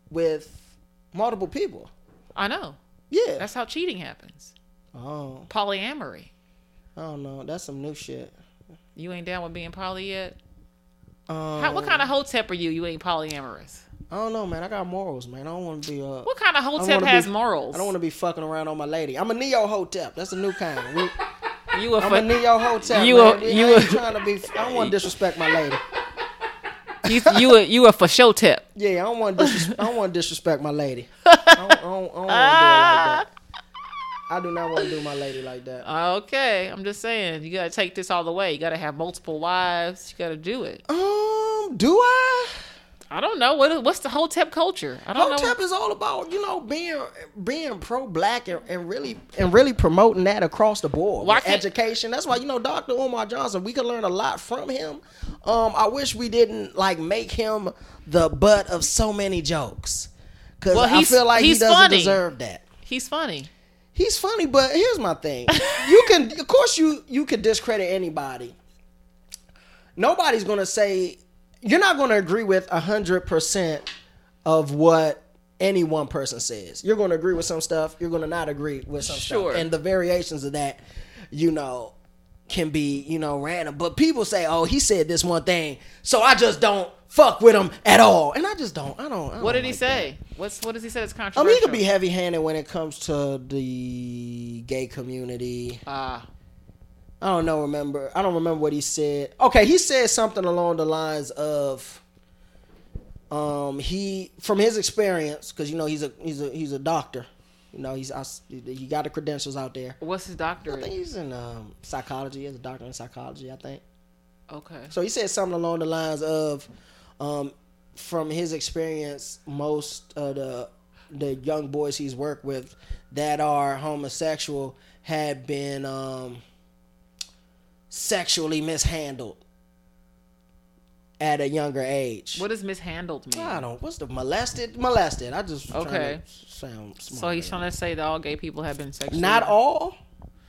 with multiple people. I know. Yeah. That's how cheating happens. oh, Polyamory. I don't know. That's some new shit. You ain't down with being poly yet. Um, How, what kind of hotep are you? You ain't polyamorous. I don't know, man. I got morals, man. I don't want to be uh, What kind of hotep wanna has be- morals? I don't want to be fucking around on my lady. I'm a neo hotep. That's a new kind. We, you a I'm a fa- neo hotep. You You a- man. We, you I a- ain't trying to be. I don't want to disrespect my lady. you, you a you a for show tip. Yeah, I don't want to. Disres- I don't want to disrespect my lady. I don't, I don't, I don't want to do it like Ah. that. I do not want to do my lady like that. Okay, I'm just saying you gotta take this all the way. You gotta have multiple wives. You gotta do it. Um, do I? I don't know what what's the hotep culture. I don't Hotep is all about you know being being pro black and, and really and really promoting that across the board. Why with can't- education? That's why you know Dr. Omar Johnson. We can learn a lot from him. Um, I wish we didn't like make him the butt of so many jokes because Well, I he's- feel like he he's doesn't funny. deserve that. know. He's funny. He's funny, but here's my thing. You can of course you you can discredit anybody. Nobody's gonna say you're not gonna agree with hundred percent of what any one person says. You're gonna agree with some stuff, you're gonna not agree with some Sure. stuff. And the variations of that, you know, can be, you know, random. But people say, Oh, he said this one thing, so I just don't fuck with him at all. And I just don't I don't I What don't did he like say? What's what does he say? It's I controversial. mean, he could be heavy-handed when it comes to the gay community. Ah, I don't know. Remember, I don't remember what he said. Okay, he said something along the lines of, um, he from his experience, because you know he's a he's a he's a doctor. You know, he's I s- he got the credentials out there. what's his I think doctorate? he's in um, psychology. He's a doctor in psychology, I think. Okay. So he said something along the lines of, um, from his experience, most of the the young boys he's worked with that are homosexual had been um, sexually mishandled at a younger age. What does mishandled mean? I don't. What's the molested? Molested. I just trying Okay. to sound smart. So he's trying to say that all gay people have been sexually not all,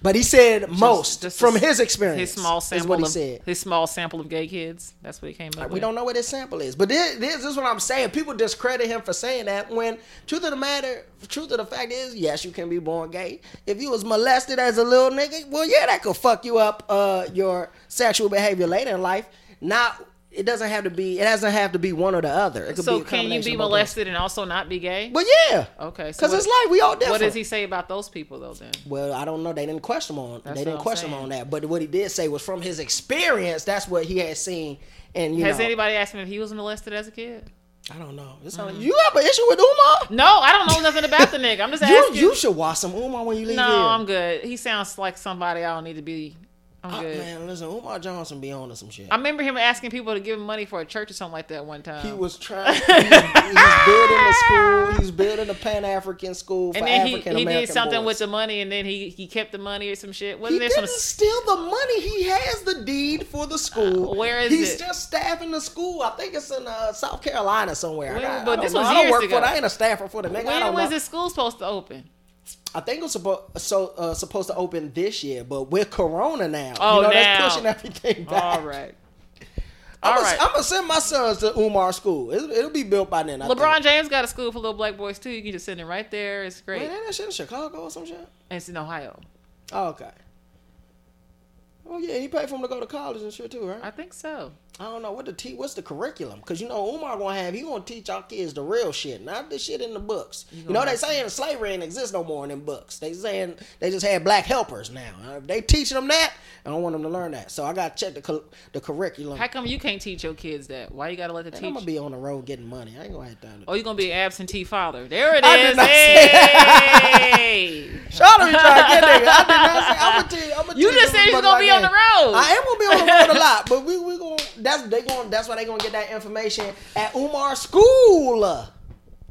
but he said most just from his- his experience. his small is sample what he of said. his small sample of gay kids. That's what he came up with. We don't know what his sample is, but this, this is what I'm saying. People discredit him for saying that. When truth of the matter, truth of the fact is, yes, you can be born gay. If you was molested as a little nigga, well, yeah, that could fuck you up. Uh, your sexual behavior later in life. Not, it doesn't have to be. It doesn't have to be one or the other. It could so be a can you combination be of both. molested and also not be gay? But yeah, Okay. So because what- it's like we all different. What does he say about those people though? Then Well, I don't know. They didn't question him on. they what didn't I'm question him saying. on that. But what he did say was from his experience. That's what he had seen. And you has know, anybody asked him if he was molested as a kid? I don't know. It's not- Mm-hmm. You have an issue with Umar? No, I don't know nothing about the nigga. I'm just You, asking. you should watch some Umar when you leave no, here. I'm good. He sounds like somebody I don't need to be. I'm Uh, good. man, listen, Umar Johnson be on to some shit. I remember him asking people to give him money for a church or something like that one time. he was trying. He's, he's building a school. He's building a Pan African school for and then he, African he American did something boys. with the money, and then he, he kept the money or some shit. Wasn't He there didn't some steal the money. He has the deed for the school. Uh, where is He's it? just staffing the school. I think it's in uh, South Carolina somewhere. When- I, got- I but don't this know. was I don't years work ago. for. The, I ain't a staffer for the nigga. I When don't was know. the school supposed to open? I think it's supposed so uh, supposed to open this year, but with Corona now, Oh, you know now. that's pushing everything back. All right. I'm All gonna right. send my sons to Umar school. It'll, it'll be built by then. I LeBron Think. James got a school for little black boys too. You can just send it right there. It's great. Man, ain't that shit in Chicago or some shit? And it's in Ohio. Oh, okay. Oh yeah, he paid for him to go to college and shit too, right? I think so. I don't know what the te- what's the curriculum because you know Umar gonna have he gonna teach our kids the real shit, not the shit in the books. You, know they saying slavery ain't exist no more in them books. They saying they just had black helpers now. Uh, If they teaching them that, I don't want them to learn that. So I gotta check the cu- the curriculum. How come you can't teach your kids that? Why you gotta let the I'm gonna teacher? be on the road getting money. I ain't gonna have time. To- Oh, you're gonna be an absentee father. There it I did is. not say Hey! Shout out to trying to get niggas. I did not say. I'm gonna tell you. I'm gonna You tell just said you motherfucker gonna be like on the that. road. I am gonna be on the road a lot, but we we gonna that's they gonna that's why they gonna get that information at Umar School.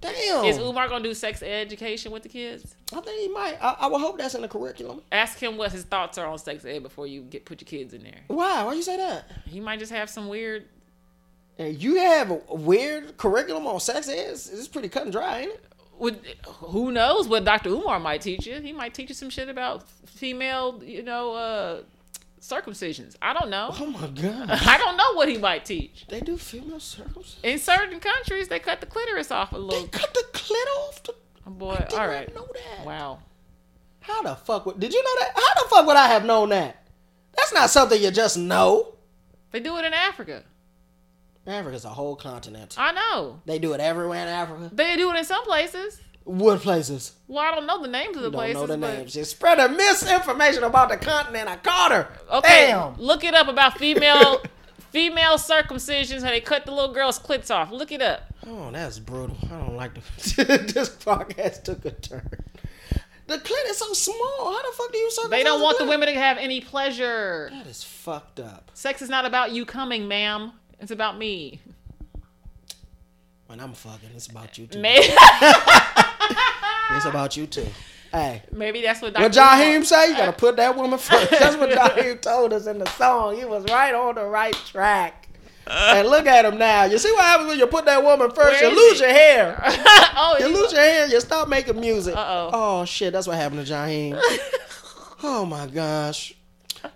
Damn, is Umar gonna do sex education with the kids? I think he might. I, I would hope that's in the curriculum. Ask him what his thoughts are on sex ed before you get put your kids in there. Why? Why you say that? He might just have some weird And you have a weird curriculum on sex ed. It's, it's pretty cut and dry, ain't it? Would, who knows what Dr. Umar might teach you? He might teach you some shit about female, you know, uh, circumcisions. I don't know. Oh my god. I don't know what he might teach. They do female circumcision. In certain countries, they cut the clitoris off a They little. Oh, cut the clit off. The, Boy, I did all not right. know that. Uh, Wow. how the fuck would? Did you know that? How the fuck would I have known that? That's not something you just know. They do it in Africa. Africa's a whole continent. I know. They do it everywhere in Africa. They do it in some places. What places? Well, I don't know the names of the Don't places. know the but- names. Just spread a misinformation about the continent. I caught her. Okay, Damn. look it up about female female circumcisions. How they cut the little girls' clits off. Look it up. Oh, that's brutal. I don't like the. this podcast took a turn. The clit is so small. How the fuck do you circumcise? They don't want the clit? women to have any pleasure. That is fucked up. Sex is not about you coming, ma'am. It's about me. When I'm fucking, it's about you too. Maybe, It's about you too. Hey, maybe that's what Dr. what Umar- Jaheim say? You gotta put that woman first. That's what Jaheim told us in the song. He was right on the right track. And look at him now. You see what happens when you put that woman first? Where you is lose he? your hair. oh, You you- lose your hair. You stop making music. Uh-oh. Oh shit, that's what happened to Jaheim. oh my gosh.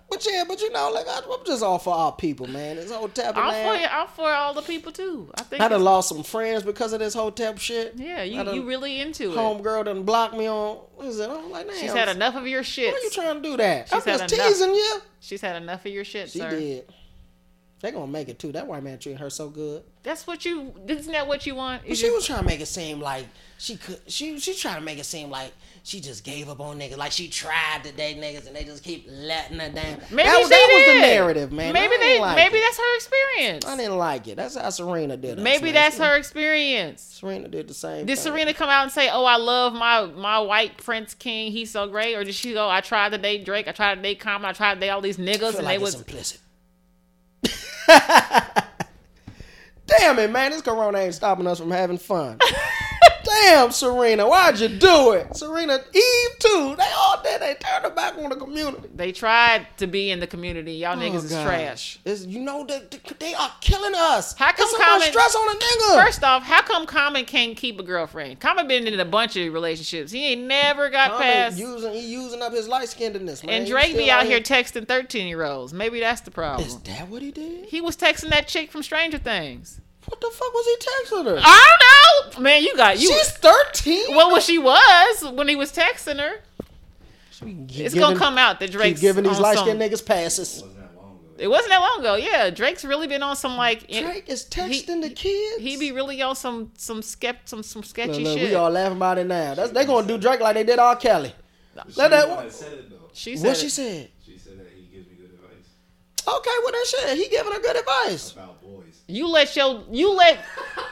But yeah, but you know, like I, I'm just all for our people, man. This whole tap, I'm for you. man. I'm for all the people too. I think. I done it's- lost some friends because of this whole tap shit. yeah, I you, done- you really into it. homegirl done blocked me on. What is it? I'm like, damn. She's had enough of your Why you shits. trying to do that? She's I'm had just enough. teasing you. She's had enough of your shit, She sir. did. They gonna make it too. That white man treated her so good. That's what you. Isn't that what you want? But she was trying to make it seem like she could. She she trying to make it seem like she just gave up on niggas. Like she tried to date niggas and they just keep letting her down. Maybe that, she was- that was did. the narrative, man. Maybe I didn't they. Like maybe it. that's her experience. I didn't like it. That's how Serena did. Us, Maybe man. that's She- her experience. Serena did the same. thing. Did Serena come out and say, "Oh, I love my my white Prince King, he's so great," or did she go, "I tried to date Drake, I tried to date Common, I tried to date all these niggas, feel and like it's they was implicit. Damn it, man. This corona ain't stopping us from having fun. Damn, Serena. Why'd you do it? Serena, Eve, too. They all did. They turned their back on the community. they tried to be in the community? Oh, Y'all niggas is gosh. trash." It's, you know, they, they- they are killing us. How come It's so much Common- stress on a nigga? First off, how come Common can't keep a girlfriend? Common been in a bunch of relationships. He ain't never got Common past. using, he using up his light skinnedness, man. and He Drake still be out here texting thirteen year olds. Maybe that's the problem. Is that what he did? He was texting that chick from Stranger Things. What the fuck was he texting her? I don't know, man. You got you. She's 13? well, well, she was when he was texting her. It's It's gonna come out that Drake's Keep giving these on light some- skinned niggas passes. It wasn't that long ago. Yeah, Drake's really been on some like in- Drake is texting the kids. he be really on some some skept some some Look, sketchy look, shit. we all laughing about it now. That's, they gonna do Drake like they did R. Kelly. Let She that, kinda what, said it though. she said what she it. said. She said that he gives me good advice Okay, well that shit. He giving her good advice. about boys. you let your you let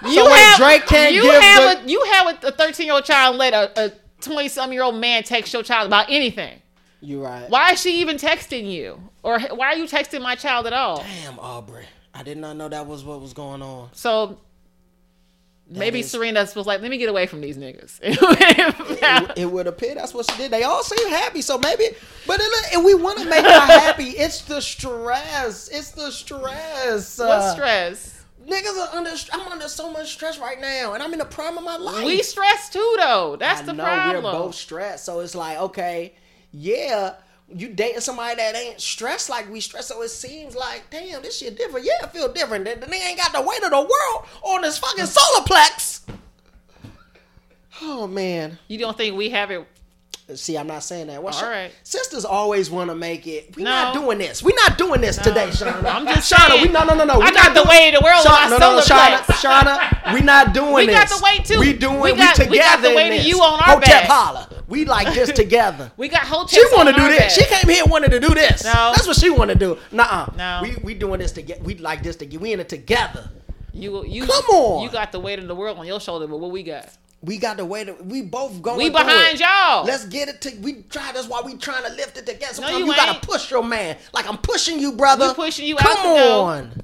you wait, have Drake can't you give have the- a you have a- a thirteen year old child and let a. a 20 some year old man text your child about anything. You right. Why is she even texting you? Or h- why are you texting my child at all? Damn, Aubrey. I did not know that was what was going on. So maybe is- Serena was like, let me get away from these niggas. It, it would appear that's what she did. They all seem happy, so maybe. But it, look, if we want to make her happy, it's the stress. It's the stress. What's Uh, stress? Niggas are under. I'm under so much stress right now, and I'm in the prime of my life. We stress too, though. That's I the know problem. we're both stressed, so it's like okay, yeah, you dating somebody that ain't stressed like we stressed, so it seems like damn, this shit different. Yeah, it feel different. The, the nigga ain't got the weight of the world on his fucking solar plex. Oh man, You don't think we have it? see, I'm not saying that. What's All your- right. sisters always want to make it. We're No. not doing this. We're not doing this today, Shauna. I'm just Shauna, saying. we no no no no. I we got not the doing- weight of the world on Shauna- no, my no, no, solar Shauna, Shauna, we not doing We this. got the weight, too. We doing. We We, got- together. we got the in weight of this. you on our Hotep back. holla. We like this together. We got whole. She want to do this. She came here wanted to do this. No. That's what she want to do. Nuh-uh. No. We we doing this together. We like this together. We in it together. You, you, Come on. You got the weight of the world on your shoulder, but what we got? We got the way to. We both going. We through behind it. y'all. Let's get it to. We try. That's why we trying to lift it together. Sometimes you you, gotta ain't. push your man. Like I'm pushing you, brother. We pushing you Come out the door. on.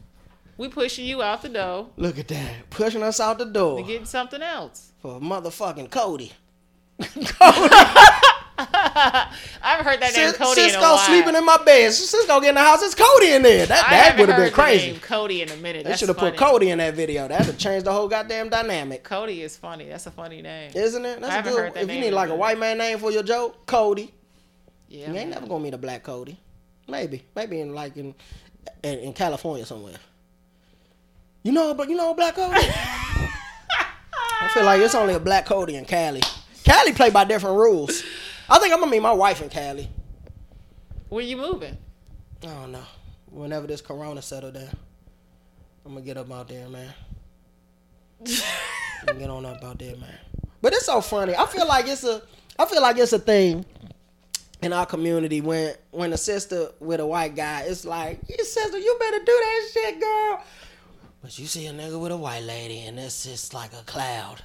We pushing you out the door Look at that. Pushing us out the door and getting something else. for motherfucking Cody. Cody. I've heard that name Cis- Cody in a Cisco while. sleeping in my bed. Cisco get in the house. It's Cody in there. That I that haven't would have heard been the crazy. name Cody in a minute. They That's should have put funny. Cody in that video. That'd have changed the whole goddamn dynamic, Cody is funny. That's a funny name. isn't it? I That's a haven't good. heard If that you name need in like a a white man name for your joke, Cody. Yeah. You ain't never gonna meet a black Cody. Maybe, maybe in like in in, in California somewhere. You know, but you know a black Cody. I feel like it's only a black Cody in Cali. Cali play by different rules. I think I'm gonna meet my wife in Cali. Where you moving? I don't know. Whenever this Corona settle down, I'm gonna get up out there, man. I'm gonna get on up out there, man. But it's so funny. I feel like it's a, I feel like it's a thing in our community when when a sister with a white guy, it's like, you sister, you better do that shit, girl. But you see a nigga with a white lady, and it's just like a cloud,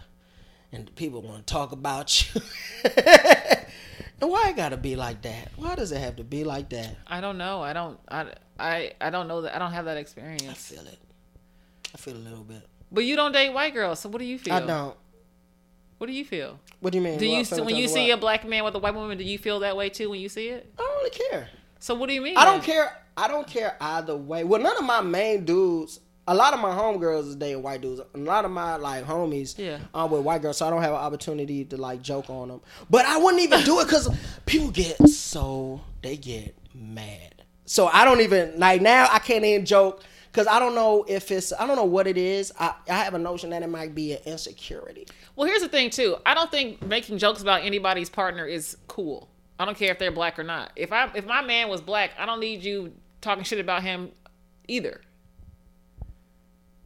and people want to talk about you. and why it gotta be like that? Why does it have to be like that? I don't know. I don't. I. I. I don't know that. I don't have that I experience. feel it. I feel a little bit. But you don't date white girls, so what do you feel? I don't. What do you feel? What do you mean? Do Well, I you feel when like you I'm see white. a black man with a white woman? Do you feel that way too when you see it? I don't really care. So what do you mean? I don't care. I don't care either way. Well, none of my main dudes. A lot of my homegirls is dating white dudes. A lot of my like homies Yeah. are with white girls, so I don't have an opportunity to like joke on them. But I wouldn't even do it because people get so they get mad. So I don't even like now. I can't even joke because I don't know if it's I don't know what it is. I I have a notion that it might be an insecurity. Well, here's the thing too. I don't think making jokes about anybody's partner is cool. I don't care if they're black or not. If I if my man was black, I don't need you talking shit about him either.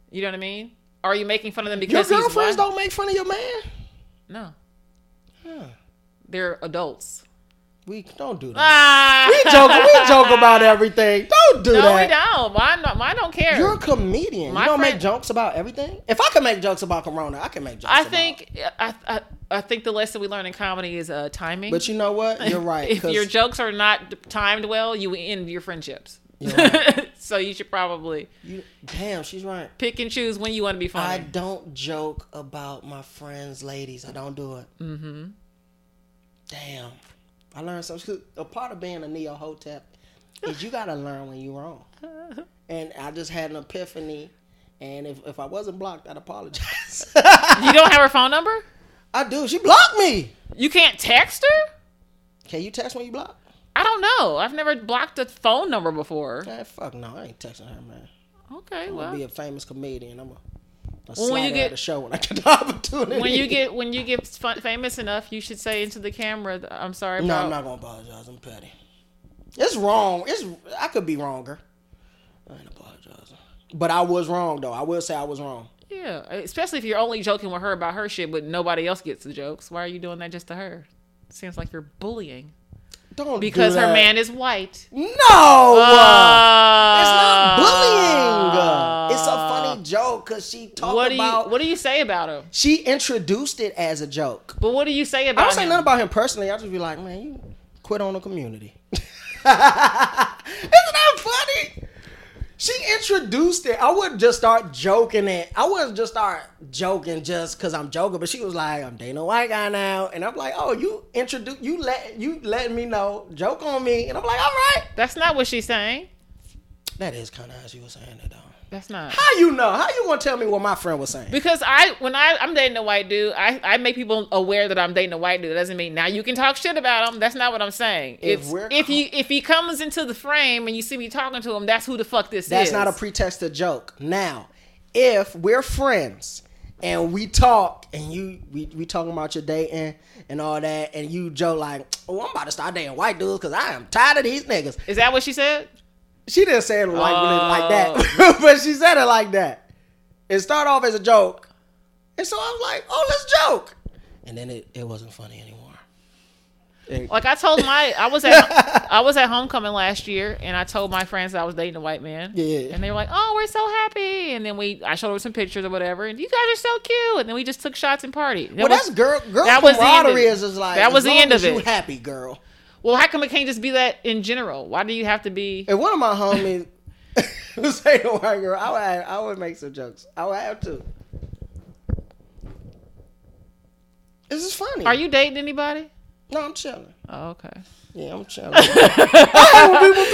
You know what I mean? Are you making fun of them Your because he's girlfriends black? don't make fun of your man. No. They're adults. We don't do that. Ah! we joke. We joke about everything. Don't do No, that. we don't. Mine, don't- mine don't care. You're a comedian. My you don't make friend- jokes about everything. If I can make jokes about Corona, I can make jokes. I about- think I, I I think the lesson we learn in comedy is uh, timing. But you know what? You're right. if 'cause your jokes are not timed well, you end your friendships. so you should probably you- damn, she's right. pick and choose when you want to be I funny. don't joke about my friends, ladies. I don't do it. Mm-hmm. Damn, I learned something. A part of being a neo hotep is you gotta learn when you're wrong. And I just had an epiphany. And if, if I wasn't blocked, I'd apologize. you don't have her phone number? I do. She blocked me. You can't text her? Can you text when you block? I don't know. I've never blocked a phone number before. Man, fuck no. I ain't texting her, man. Okay, I'm well, gonna be a famous comedian. I'm a, a Well, when you get get- the show when I get the opportunity. when you get when you get fun, famous enough, you should say into the camera, th- "I'm sorry." no, about- I'm not gonna apologize. I'm petty. It's wrong. It's I could be wronger. I ain't apologizing, but I was wrong though. I will say I was wrong. Yeah, especially if you're only joking with her about her shit, but nobody else gets the jokes. Why are you doing that just to her? Seems like you're bullying Don't because do her that. man is white. No, Uh, it's not bullying. It's a funny joke because she talked What do you about. What do you say about him? she introduced it as a joke. But what do you say I about don't say him? nothing about him personally. I'll just be like, man, you quit on the community. Isn't that funny? She introduced it. I wouldn't just start joking it. I wouldn't just start joking just because I'm joking. But she was like, I'm dating a white guy now. And I'm like, oh, you introduce you let you letting me know. Joke on me. And I'm like, all right. That's not what she's saying. That is kind of how she was saying it though. That's not. How you know? How you gonna tell me what my friend was saying? Because I, when I, I'm dating a white dude, I, I make people aware that I'm dating a white dude. That doesn't mean now you can talk shit about him. That's not what I'm saying. If If we're if he if he comes into the frame and you see me talking to him, that's who the fuck this That's is. not a pretext to joke. Now, if we're friends and we talk and you we, we talking about your dating and all that and you joke like, oh, I'm about to start dating white dudes because I am tired of these niggas. Is that what she said? She didn't say it like, Oh. like that, but she said it like that. It started off as a joke. And so I was like, oh, let's joke. And then it, it wasn't funny anymore. Like I told my, I was at, I was at homecoming last year, and I told my friends that I was dating a white man. Yeah. And they were like, "Oh, we're so happy!" And then we, I showed them some pictures or whatever, and you guys are so cute. And then we just took shots and partied. That Well, was- that's girl. Girl that was the end of camaraderie it. is just like That as was the long end as of you it. Happy girl. well, how come it can't just be that in general? Why do you have to be? If one of my homies was dating a white girl, I would, have, I would make some jokes. I would have to. This is funny. Are you dating anybody? No, I'm chilling. Oh, okay. Yeah, I'm chilling. Hey, when people- people ain't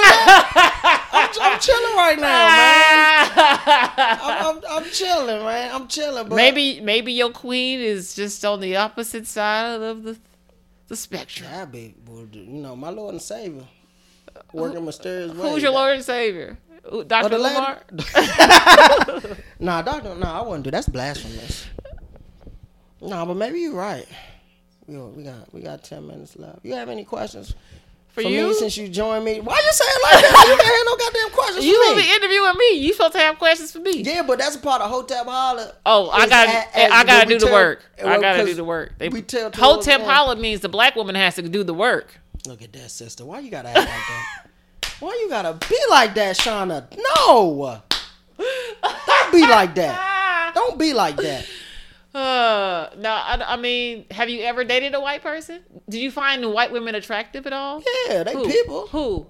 doing that. I'm, I'm chilling right now, man. I'm, I'm, I'm chilling, man. I'm chilling. But Maybe maybe your queen is just on the opposite side of the the spectrum. I be, well, you know, my Lord and Savior working mysterious ways. Who's your Lord and Savior? Ooh, Dr. the Lamar? Nah, doctor, nah, I wouldn't do. That's blasphemous. Nah, but maybe you're right. We got, we got, we got ten minutes left. You have any questions For me you? since you joined me? Why you saying like that? You can't have no goddamn questions You for will me. be interviewing me. You supposed to have questions for me. yeah, but that's a part of Hotep Holla. Oh, I is got a- to as- I what got to we do the tell- work. I well, got to 'cause do the work. They, we tell to whole us temp now. holla means the black woman has to do the work. Look at that, sister. Why you gotta act like that? Why you gotta be like that, Shauna? No, don't be like that. Ah. Don't be like that. Uh, no, I, I mean, have you ever dated a white person? Did you find white women attractive at all? Yeah, they Who? people. Who?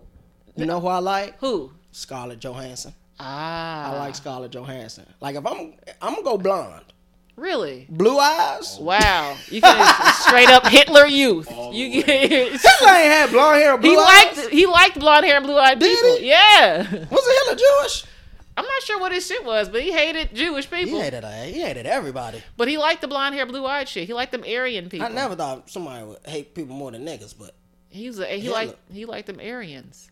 You know who I like? Who? Scarlett Johansson. Ah, I like Scarlett Johansson. Like if I'm I'm gonna go blonde, really. blue eyes. Wow, you can straight up Hitler youth. You get. Hitler ain't had blonde hair, or blue He eyes. liked he liked blonde hair and blue eyed Did people. he? Yeah, Was Hitler Jewish? I'm not sure what his shit was, but he hated Jewish people. He hated uh, he hated everybody. But he liked the blonde hair, blue eyed shit. He liked them Aryan people. I never thought somebody would hate people more than niggas, but He was a, he Hitler. liked he liked them Aryans.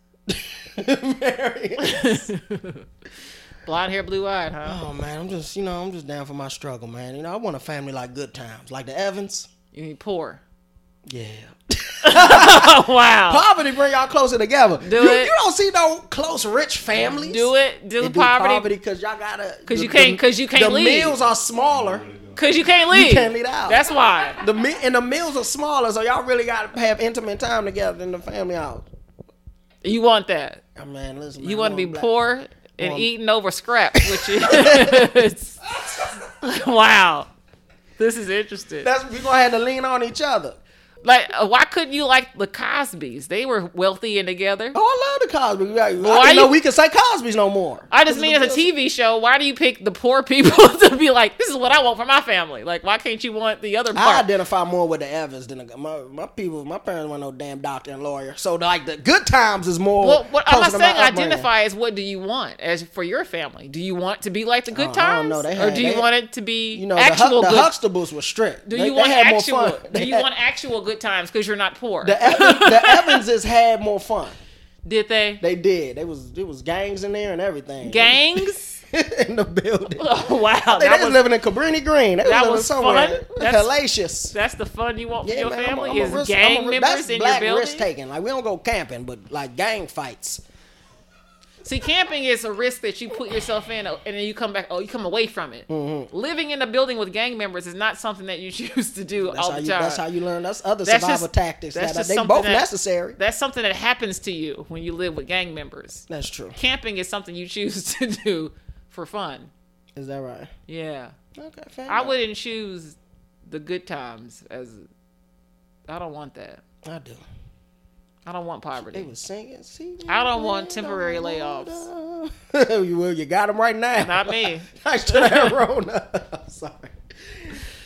Blonde hair, blue eyed, huh? Oh man, I'm just you know I'm just down for my struggle, man. You know I want a family like good times, like the Evans. You mean poor? Yeah, Oh wow. poverty bring y'all closer together. Do you, it. you don't see no close rich families. Do it. Do They the do poverty. poverty because y'all gotta 'Cause the- you can't- the- 'cause you can't The leave. meals are smaller. Because you can't leave. can't leave the house. That's why. The me- and the meals are smaller, so y'all really gotta have intimate time together in the family house. You want that. Oh, man, listen, You man, want to I'm be black. poor and Well, eating over scrap, which is wow. This is interesting. That's we gonna have to lean on each other. like, uh, why couldn't you like the Cosbys? They were wealthy and together. Oh, I love the Cosby. I, why I didn't know you- we could say Cosby's no more. I just mean as a TV show, why do you pick the poor people to be like, this is what I want for my family? Like, why can't you want the other I part? identify more with the Evans than the, my my people. My parents weren't no damn doctor and lawyer, so like the good times is more. Well, what I'm not closer to my saying upbringing. identify is what do you want as for your family? Do you want to be like the good Uh-huh, I don't times, know. They or had- do you they- want it to be You know, the, actual Hu- the good? Huxtables were strict. do They- you they want had more actual? fun. Do They you had- want actual good times because you're not poor? the, Evans, the Evanses had more fun? Did they, They did. They was it was gangs in there and everything. gangs? in the building. oh wow, They, that was was, living in Cabrini Green. They was that living was somewhere. fun. It was That's- Hellacious. that's the fun you want for Yeah, your man, I'm a- family I'm a is risk- gang I'm a- members that's in black your building. risk taking. Like we don't go camping, but like gang fights. See, camping is a risk that you put yourself in, and then you come back. Oh, you come away from it. Mm-hmm. Living in a building with gang members is not something that you choose to do That's all how the you. time. That's how you learn. That's other That's survival just- tactics. that's That are, just they something both that- necessary. That's something that happens to you when you live with gang members. That's true. Camping is something you choose to do for fun. Is that right? Yeah, Okay, fair I enough. wouldn't choose the good times as. I don't want that. I do. I don't want They poverty. was singing. See, I don't want temporary layoffs. you will. You got them right now. Not me. Thanks to that Rona. Sorry.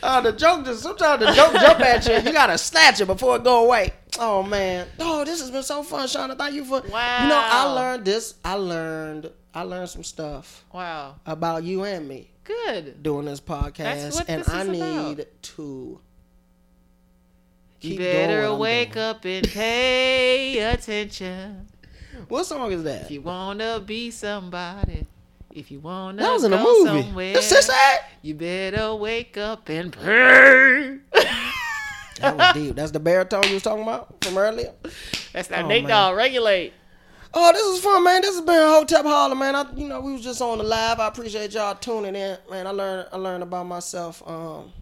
Uh, the joke just sometimes the joke jump at you. and You gotta snatch it before it go away. Oh man. Oh, this has been so fun, Shauna. Thank you for. You know, I Wow. learned this. I learned. I learned some stuff Wow. about you and me Good. doing this podcast, what and this I is need about. to. You Keep better doing what I'm wake doing. up and pay attention. What song is that? If you wanna be somebody, if you wanna That was in go a movie. somewhere, That's just that. you better wake up and pray. That was deep. That's the baritone you was talking about from earlier. That's that Oh, Nate man. Dogg regulate. Oh, this is fun, man. This has been Hotep Holler, man. I, you know, we was just on the live. I appreciate y'all tuning in, man. I learned, I learned about myself, um,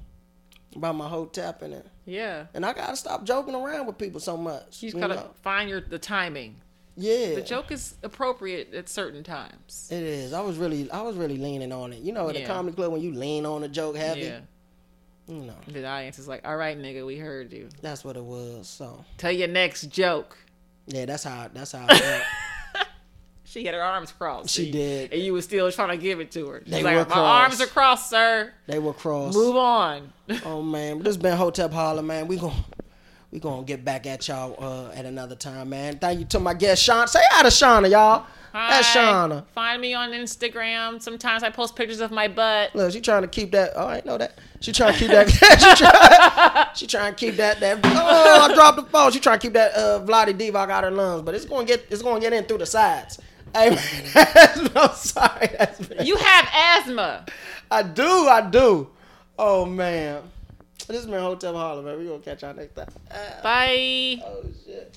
about my Hotep and it. Yeah, And I gotta stop joking around with people so much. you you just gotta know? find your the timing. uh, yeah. The joke is appropriate at certain times. It is. I was really, I was really leaning on it. You know, at the Yeah. comedy club when you lean on a joke heavy, Yeah, you know, the audience is like, "All right, nigga, we heard you. that's what it was. So Tell your next joke." yeah, that's how, that's how. I felt. She had her arms crossed. She and- did. and you were still trying to give it to her. She's They like, were "My arms crossed. are crossed, sir. they were cross. Move on." Oh man, but this been Hotep Holler, man. We gon' We gonna get back at y'all uh, at another time, man. Thank you to my guest Shauna. Say hi to Shauna, y'all. That's Hi. Shauna. Find me on Instagram. Sometimes I post pictures of my butt. Look, she trying to keep that. Oh, I know that. She trying to keep that. she trying. She trying to keep that. That. Oh, I dropped the phone. She trying to keep that. Uh, Vladi Divac out her lungs, but it's gonna get. It's gonna get in through the sides. Hey, man, that's, I'm sorry. That's, You have asthma. I do. I do. Oh man, this has been Hotel Harlem, man. We gonna catch y'all next time. Bye. Oh shit.